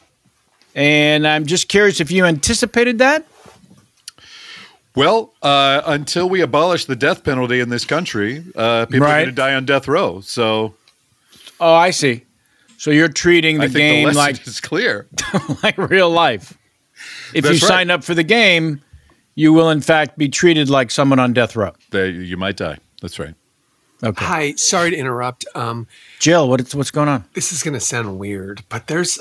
[SPEAKER 2] And I'm just curious if you anticipated that.
[SPEAKER 4] Well, uh, until we abolish the death penalty in this country, uh, people are
[SPEAKER 2] Right.
[SPEAKER 4] going to die on death row. So
[SPEAKER 2] Oh, I see. So you're treating the
[SPEAKER 4] I think the
[SPEAKER 2] game
[SPEAKER 4] lesson
[SPEAKER 2] like
[SPEAKER 4] is clear,
[SPEAKER 2] like real life. If
[SPEAKER 4] That's
[SPEAKER 2] you
[SPEAKER 4] right.
[SPEAKER 2] sign up for the game, you will in fact be treated like someone on death row.
[SPEAKER 4] that you might die. That's right.
[SPEAKER 2] Okay,
[SPEAKER 9] Hi, sorry to interrupt. Um,
[SPEAKER 2] Jill, what's what's going on?
[SPEAKER 9] this is gonna sound weird, but there's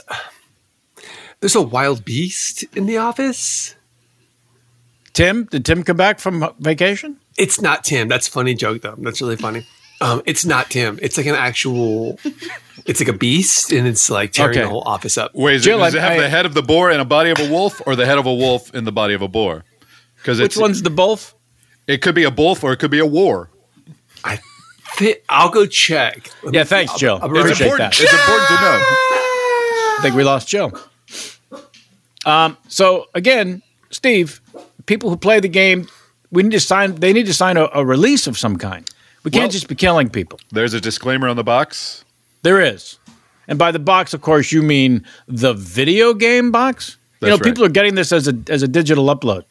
[SPEAKER 9] there's a wild beast in the office.
[SPEAKER 2] Tim, did Tim come back from vacation?
[SPEAKER 9] It's not Tim. That's a funny joke though. That's really funny. Um, it's not Tim. It's like an actual It's like a beast, and it's like tearing
[SPEAKER 10] Okay.
[SPEAKER 9] the whole office up.
[SPEAKER 4] Wait, is it- does it have the head of the boar and a body of a wolf, or the head of a wolf and the body of a boar? Because
[SPEAKER 9] Which one's
[SPEAKER 4] the both? It could be a wolf or it could be a war.
[SPEAKER 9] Th- I'll go check.
[SPEAKER 2] Yeah, thanks, Joe.
[SPEAKER 9] I'll- I'll
[SPEAKER 2] Appreciate
[SPEAKER 9] important-
[SPEAKER 2] that.
[SPEAKER 9] it's
[SPEAKER 4] important to know.
[SPEAKER 2] I think we lost Joe. Um, so again, Steve, people who play the game, we need to sign. They need to sign a, a release of some kind. We can't
[SPEAKER 4] Well-
[SPEAKER 2] just be killing people.
[SPEAKER 4] There's a disclaimer on the box.
[SPEAKER 2] There is, and by the box, of course, you mean the video game box. you know,
[SPEAKER 8] That's right.
[SPEAKER 2] people are getting this as a as a digital upload.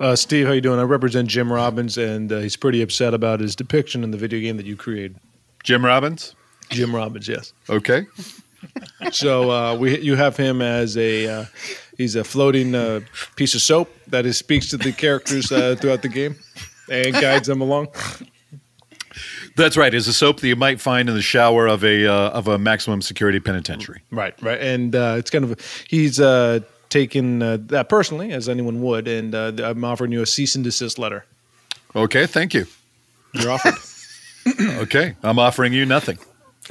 [SPEAKER 8] Uh, Steve, how you doing? I represent Jim Robbins, and uh, he's pretty upset about his depiction in the video game that you created.
[SPEAKER 4] Jim Robbins.
[SPEAKER 8] Jim Robbins, yes.
[SPEAKER 4] Okay.
[SPEAKER 8] so uh, we you have him as a uh, he's a floating uh, piece of soap that is, speaks to the characters uh, throughout the game and guides them along.
[SPEAKER 4] That's right. Is a soap that you might find in the shower of a uh, of a maximum security penitentiary.
[SPEAKER 8] Right, right, and uh, it's kind of he's uh, taken uh, that personally as anyone would, and uh, I'm offering you a cease and desist letter.
[SPEAKER 4] Okay, thank you.
[SPEAKER 8] You're offered.
[SPEAKER 4] okay, I'm offering you nothing.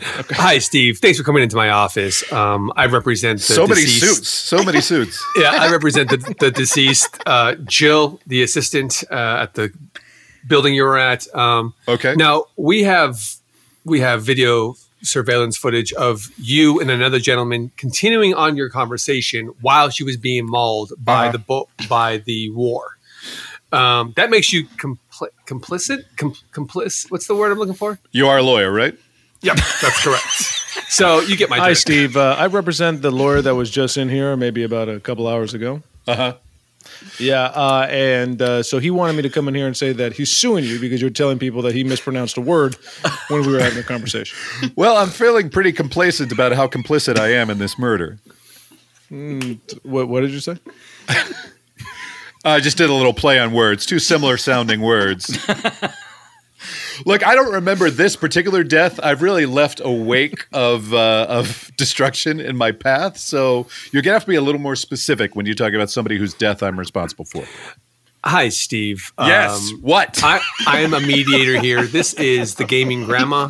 [SPEAKER 9] Hi, Steve. Thanks for coming into my office. Um, I represent the
[SPEAKER 4] so many
[SPEAKER 9] deceased-
[SPEAKER 4] suits. So many suits.
[SPEAKER 9] yeah, I represent the, the deceased, uh, Jill, the assistant uh, at the building you were at. Um,
[SPEAKER 4] okay.
[SPEAKER 9] Now we have we have video surveillance footage of you and another gentleman continuing on your conversation while she was being mauled by
[SPEAKER 4] Uh-huh.
[SPEAKER 9] the bo- by the war. Um, that makes you compli- complicit, com- complicit. What's the word I'm looking for?
[SPEAKER 4] You are a lawyer, right?
[SPEAKER 9] Yep, that's correct. so you get my
[SPEAKER 8] Hi,
[SPEAKER 9] drift.
[SPEAKER 8] Steve. Uh, I represent the lawyer that was just in here, maybe about a couple hours ago.
[SPEAKER 4] Uh
[SPEAKER 2] Uh-huh.
[SPEAKER 4] huh.
[SPEAKER 8] Yeah, uh, and uh, so he wanted me to come in here and say that he's suing you because you're telling people that he mispronounced a word when we were having a conversation.
[SPEAKER 4] Well, I'm feeling pretty complacent about how complicit I am in this murder.
[SPEAKER 8] Mm, t- what, what did you say?
[SPEAKER 4] I just did a little play on words, two similar sounding words. Look, I don't remember this particular death. I've really left a wake of uh, of destruction in my path, so you're gonna have to be a little more specific when you talk about somebody whose death I'm responsible for.
[SPEAKER 9] Hi, Steve. Um,
[SPEAKER 4] Yes, what?
[SPEAKER 9] I, I am a mediator here. This is the gaming grandma.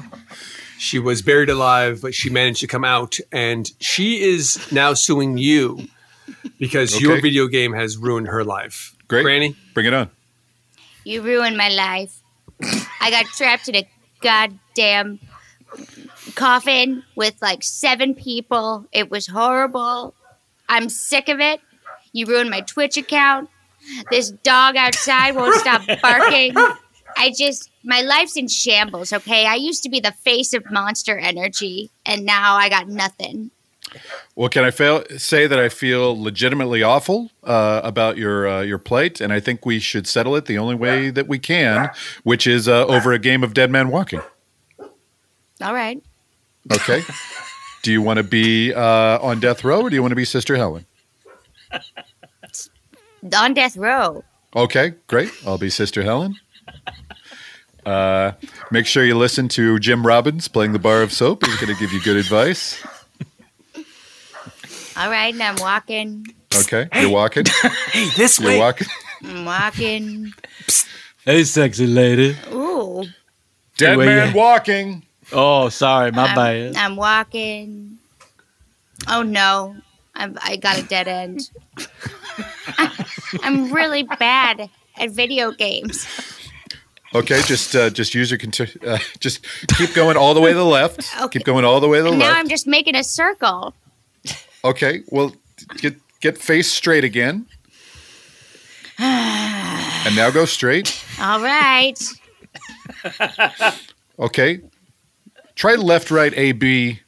[SPEAKER 9] She was buried alive, but she managed to come out, and she is now suing you because your
[SPEAKER 4] Okay.
[SPEAKER 9] video game has ruined her life. Great. Granny?
[SPEAKER 4] Bring it on.
[SPEAKER 6] You ruined my life. I got trapped in a goddamn coffin with like seven people. It was horrible. I'm sick of it. You ruined my Twitch account. This dog outside won't stop barking. I just, my life's in shambles, okay? I used to be the face of monster energy, and now I got nothing.
[SPEAKER 4] Well, can I fail, say that I feel legitimately awful uh, about your uh, your plight, and I think we should settle it the only way that we can, which is uh, over a game of Dead Man Walking.
[SPEAKER 6] All right.
[SPEAKER 4] Okay. do you want to be uh, on death row, or do you want to be Sister Helen?
[SPEAKER 6] On death row.
[SPEAKER 4] Okay, great. I'll be Sister Helen. Uh, make sure you listen to Jim Robbins playing the bar of soap. He's going to give you good advice.
[SPEAKER 6] All right, and I'm walking.
[SPEAKER 4] Okay, you're walking.
[SPEAKER 9] Hey, this
[SPEAKER 4] you're
[SPEAKER 6] way.
[SPEAKER 4] walking.
[SPEAKER 6] I'm walking.
[SPEAKER 2] Hey, sexy lady.
[SPEAKER 6] Ooh.
[SPEAKER 4] Dead
[SPEAKER 2] Where
[SPEAKER 4] man
[SPEAKER 2] you-
[SPEAKER 4] walking.
[SPEAKER 2] Oh, sorry, my
[SPEAKER 6] I'm,
[SPEAKER 2] bad.
[SPEAKER 6] I'm walking. Oh no, I'm, I got a dead end. I'm really bad at video games.
[SPEAKER 4] Okay, just uh, just use your conti- uh, just keep going all the way to the left. Keep going all the way to the
[SPEAKER 6] And now
[SPEAKER 4] left.
[SPEAKER 6] I'm just making a circle.
[SPEAKER 4] Okay, well get get face straight again,
[SPEAKER 6] All
[SPEAKER 4] and now go straight.
[SPEAKER 6] right.
[SPEAKER 4] Okay, try left, right, A, B,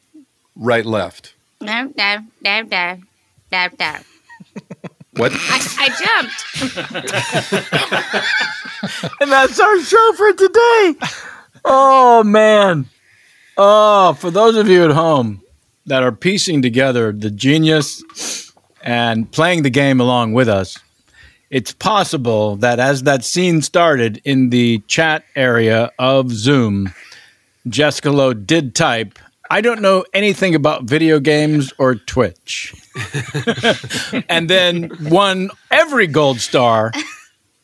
[SPEAKER 4] right, left.
[SPEAKER 6] No, no, no, no, no, no.
[SPEAKER 4] What?
[SPEAKER 6] I, I jumped.
[SPEAKER 2] and that's our show for today. Oh man. Oh, for those of you at home that are piecing together the genius and playing the game along with us, it's possible that as that scene started in the chat area of Zoom, Jessica Lowe did type, I don't know anything about video games or Twitch. and then won every gold star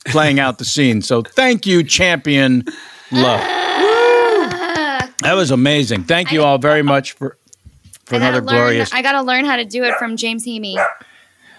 [SPEAKER 2] playing out the scene. So thank you, champion love. That was amazing. Thank you all very much for for
[SPEAKER 5] I gotta
[SPEAKER 2] another
[SPEAKER 5] learn.
[SPEAKER 2] glorious.
[SPEAKER 5] I gotta learn how to do it from James Heamy.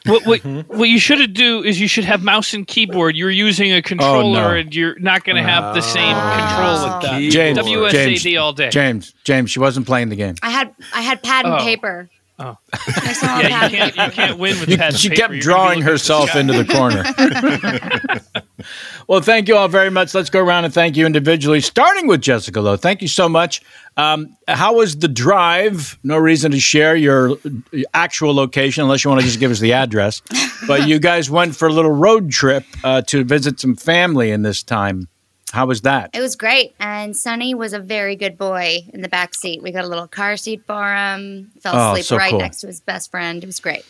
[SPEAKER 3] What what, what you should do is you should have mouse and keyboard. You're using a controller, and you're not going to have the same control
[SPEAKER 9] Ah,
[SPEAKER 3] with that. WSAD
[SPEAKER 2] James, Ah. James,
[SPEAKER 3] all day.
[SPEAKER 2] James, James, she wasn't playing the game.
[SPEAKER 5] I had I had pad and
[SPEAKER 3] Oh.
[SPEAKER 5] paper.
[SPEAKER 3] Oh.
[SPEAKER 5] Next time I'll have
[SPEAKER 3] Yeah,
[SPEAKER 5] pad
[SPEAKER 3] you can't, you can't win with
[SPEAKER 2] You-
[SPEAKER 3] pad and
[SPEAKER 2] she
[SPEAKER 3] paper.
[SPEAKER 2] kept
[SPEAKER 3] You're gonna be
[SPEAKER 2] drawing
[SPEAKER 3] looking at the
[SPEAKER 2] herself
[SPEAKER 3] sky.
[SPEAKER 2] into the corner. well, thank you all very much. Let's go around and thank you individually, starting with Jessica Lowe. Thank you so much. Um, how was the drive? No reason to share your your actual location unless you want to just give us the address. But you guys went for a little road trip uh, to visit some family in this time. How was that?
[SPEAKER 5] It was great, and Sonny was a very good boy in the back seat. We got a little car seat for him. Fell
[SPEAKER 2] Oh,
[SPEAKER 5] asleep
[SPEAKER 2] so
[SPEAKER 5] right
[SPEAKER 2] cool.
[SPEAKER 5] next to his best friend. It was great.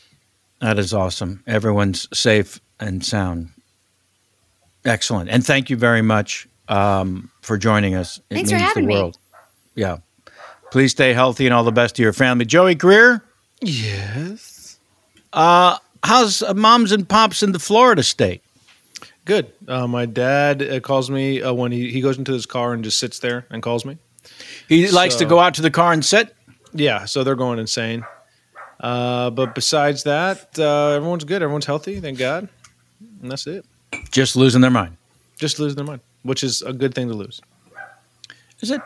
[SPEAKER 2] That is awesome. Everyone's safe and sound. Excellent. And thank you very much um, for joining us. It
[SPEAKER 5] Thanks for having me.
[SPEAKER 2] Me. Yeah. Please stay healthy and all the best to your family. Joey Greer? Yes. Uh, how's uh, moms and pops in the Florida state?
[SPEAKER 8] Good. Uh, my dad uh, calls me uh, when he, he goes into his car and just sits there and calls me.
[SPEAKER 2] He likes to
[SPEAKER 8] So-
[SPEAKER 2] go out to the car and sit.
[SPEAKER 8] Yeah, so they're going insane. Uh, but besides that, uh, everyone's good. Everyone's healthy, thank God. And that's it.
[SPEAKER 2] Just losing their mind.
[SPEAKER 8] Just losing their mind, which is a good thing to lose.
[SPEAKER 2] Is it?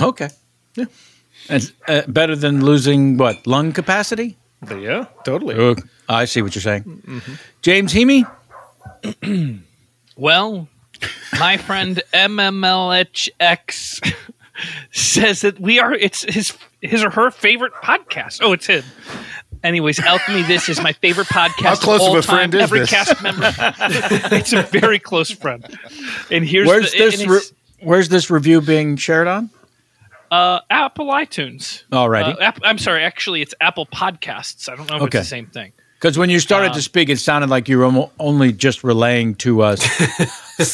[SPEAKER 2] Okay. Yeah. And, uh, better than losing what? Lung capacity?
[SPEAKER 8] Yeah, totally. Mm-hmm.
[SPEAKER 2] Oh, I see what you're saying. James Heamy?
[SPEAKER 3] Well, my friend MMLHX says that we are it's his his or her favorite podcast. Oh, it's him. Anyways, Alchemy, this is my favorite podcast.
[SPEAKER 4] How close of
[SPEAKER 3] all
[SPEAKER 4] a friend
[SPEAKER 3] time.
[SPEAKER 4] is
[SPEAKER 3] Every
[SPEAKER 4] this?
[SPEAKER 3] cast member, it's a very close friend. And here's
[SPEAKER 2] where's
[SPEAKER 3] the,
[SPEAKER 2] this
[SPEAKER 3] and
[SPEAKER 2] re-
[SPEAKER 3] it's,
[SPEAKER 2] where's this review being shared on?
[SPEAKER 3] uh, Apple iTunes.
[SPEAKER 2] Alrighty.
[SPEAKER 3] Uh, App- I'm sorry. Actually, it's Apple Podcasts. I don't know if
[SPEAKER 2] Okay.
[SPEAKER 3] it's the same thing.
[SPEAKER 2] Because when you started
[SPEAKER 3] Um,
[SPEAKER 2] to speak, it sounded like you were almo- only just relaying to us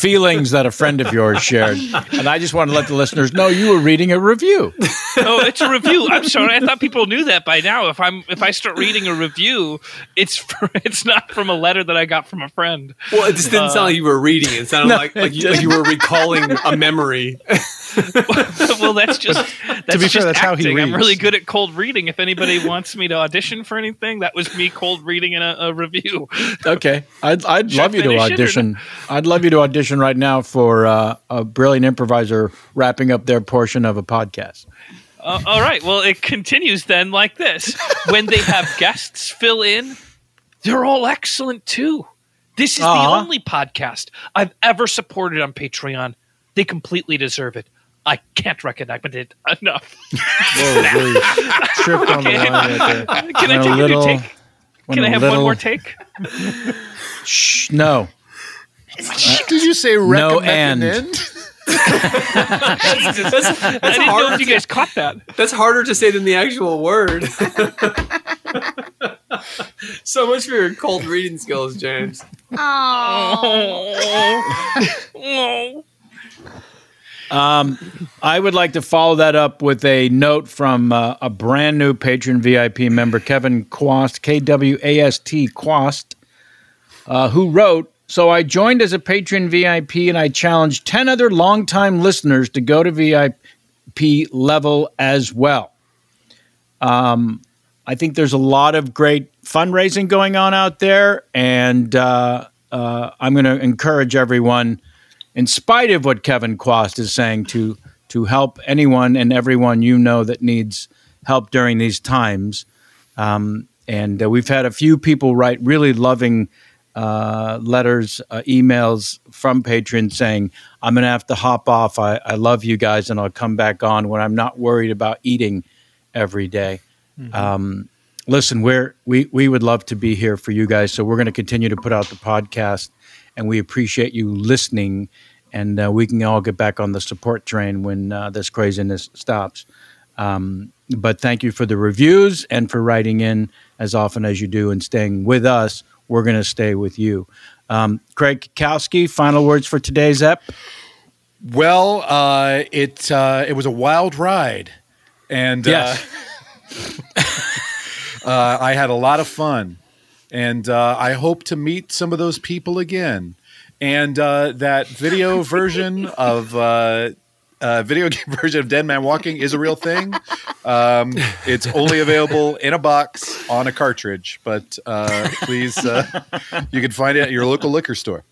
[SPEAKER 2] feelings that a friend of yours shared, and I just want to let the listeners know you were reading a review.
[SPEAKER 3] oh, it's a review. I'm sorry. I thought people knew that by now. If I'm if I start reading a review, it's for, it's not from a letter that I got from a friend. Uh,
[SPEAKER 9] Well, it just didn't sound like you were reading. Uh, It It sounded
[SPEAKER 3] No,
[SPEAKER 9] like, like,
[SPEAKER 3] it
[SPEAKER 9] you, like you were recalling a memory.
[SPEAKER 3] well, that's just that's
[SPEAKER 9] be fair,
[SPEAKER 3] just
[SPEAKER 9] that's how he
[SPEAKER 3] acting. I'm
[SPEAKER 9] reads.
[SPEAKER 3] really good at cold reading. If anybody wants me to audition for anything, that was me cold reading in a, a review.
[SPEAKER 2] Okay, I'd, I'd
[SPEAKER 3] Should I
[SPEAKER 2] love you to
[SPEAKER 3] finish it or
[SPEAKER 2] audition. I'd love you to audition right now for uh, a brilliant improviser wrapping up their portion of a podcast.
[SPEAKER 3] Uh, all right. Well, it continues then like this. When they have guests fill in, they're all excellent too. This is the
[SPEAKER 2] Aw.
[SPEAKER 3] only podcast I've ever supported on Patreon. They completely deserve it. I can't recommend it enough.
[SPEAKER 8] tripped on the
[SPEAKER 3] Okay.
[SPEAKER 8] line right there.
[SPEAKER 3] Can I
[SPEAKER 2] When
[SPEAKER 3] take
[SPEAKER 2] a
[SPEAKER 3] a new
[SPEAKER 2] little-
[SPEAKER 3] take?
[SPEAKER 2] when
[SPEAKER 3] Can
[SPEAKER 2] a
[SPEAKER 3] I have one
[SPEAKER 2] little-
[SPEAKER 3] more take?
[SPEAKER 2] Shh, no,
[SPEAKER 4] Did you say
[SPEAKER 2] no,
[SPEAKER 4] recommend?
[SPEAKER 2] and.
[SPEAKER 9] that's that's,
[SPEAKER 3] I didn't know if you guys caught that.
[SPEAKER 9] That's harder to say than the actual word. so much for your cold reading skills, James.
[SPEAKER 3] Oh.
[SPEAKER 2] Um, I would like to follow that up with a note from uh, a brand new patron VIP member, Kevin Quast, K W A S T Quast, uh, who wrote So I joined as a patron VIP and I challenged 10 other longtime listeners to go to VIP level as well. Um, I think there's a lot of great fundraising going on out there, and uh, uh, I'm going to encourage everyone, in spite of what Kevin Quast is saying, to to help anyone and everyone you know that needs help during these times. Um, and uh, we've had a few people write really loving uh, letters, uh, emails from patrons saying, I'm going to have to hop off. I, I love you guys, and I'll come back on when I'm not worried about eating every day. Um, listen, we're, we, we would love to be here for you guys. So we're going to continue to put out the podcast, and we appreciate you listening. And uh, we can all get back on the support train when uh, this craziness stops. Um, but thank you for the reviews and for writing in as often as you do and staying with us. We're going to stay with you. Um, Craig Kowski, final words for today's ep.
[SPEAKER 4] Well, uh, it uh, it was a wild ride, and
[SPEAKER 2] Yes.
[SPEAKER 4] uh, uh, I had a lot of fun, and uh, I hope to meet some of those people again. And uh, that video version of uh, uh, video game version of Dead Man Walking is a real thing. Um, it's only available in a box on a cartridge, but uh, please, uh, you can find it at your local liquor store.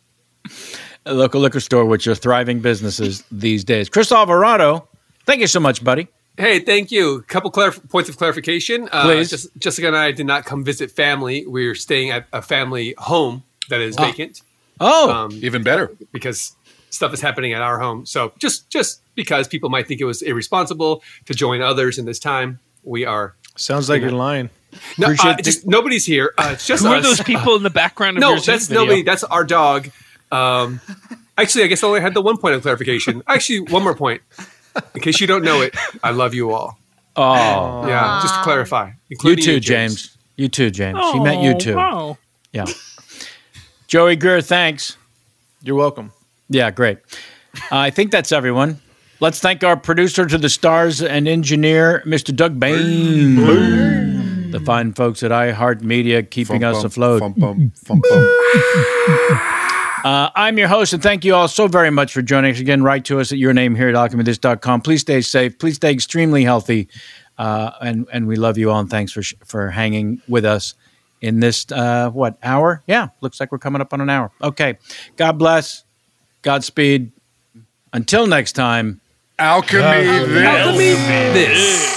[SPEAKER 2] A local liquor store, which are thriving businesses these days. Chris Alvarado, thank you so much, buddy.
[SPEAKER 9] Hey, thank you. Couple clarif- points of clarification. Uh,
[SPEAKER 2] Please.
[SPEAKER 9] Jess- Jessica and I did not come visit family. We're staying at a family home that is
[SPEAKER 4] Ah.
[SPEAKER 9] vacant. Um,
[SPEAKER 2] Oh,
[SPEAKER 4] even better
[SPEAKER 9] because stuff is happening at our home. So just just because people might think it was irresponsible to join others in this time, we are.
[SPEAKER 8] Sounds like
[SPEAKER 9] You know.
[SPEAKER 8] you're lying.
[SPEAKER 9] No, uh,
[SPEAKER 8] Appreciate the-
[SPEAKER 9] just nobody's here. Uh, it's just
[SPEAKER 3] Who are
[SPEAKER 9] us.
[SPEAKER 3] those people in the background of
[SPEAKER 9] no,
[SPEAKER 3] your Zoom
[SPEAKER 9] that's
[SPEAKER 3] video?
[SPEAKER 9] nobody. That's our dog. Um, actually, I guess I only had the one point of clarification. Actually, one more point. In case you don't know it, I love you all.
[SPEAKER 2] Oh.
[SPEAKER 9] yeah. Just to
[SPEAKER 2] Aw.
[SPEAKER 9] clarify,
[SPEAKER 2] You
[SPEAKER 9] including
[SPEAKER 2] too, James. You too, James. he meant you too.
[SPEAKER 3] Wow.
[SPEAKER 2] Yeah. Joey Greer, thanks.
[SPEAKER 8] You're welcome.
[SPEAKER 2] Yeah, great. Uh, I think that's everyone. Let's thank our producer to the stars and engineer, Mr. Doug Bain. The fine folks at iHeartMedia keeping us afloat. Uh, I'm your host, and thank you all so very much for joining us again. Write to us at your name here at alchemythis.com. Please stay safe. Please stay extremely healthy. Uh, and, and we love you all, and thanks for, sh- for hanging with us in this, uh, what, hour? Yeah, looks like we're coming up on an hour. Okay. God bless. Godspeed. Until next time.
[SPEAKER 4] Alchemy this. Alchemy
[SPEAKER 9] this.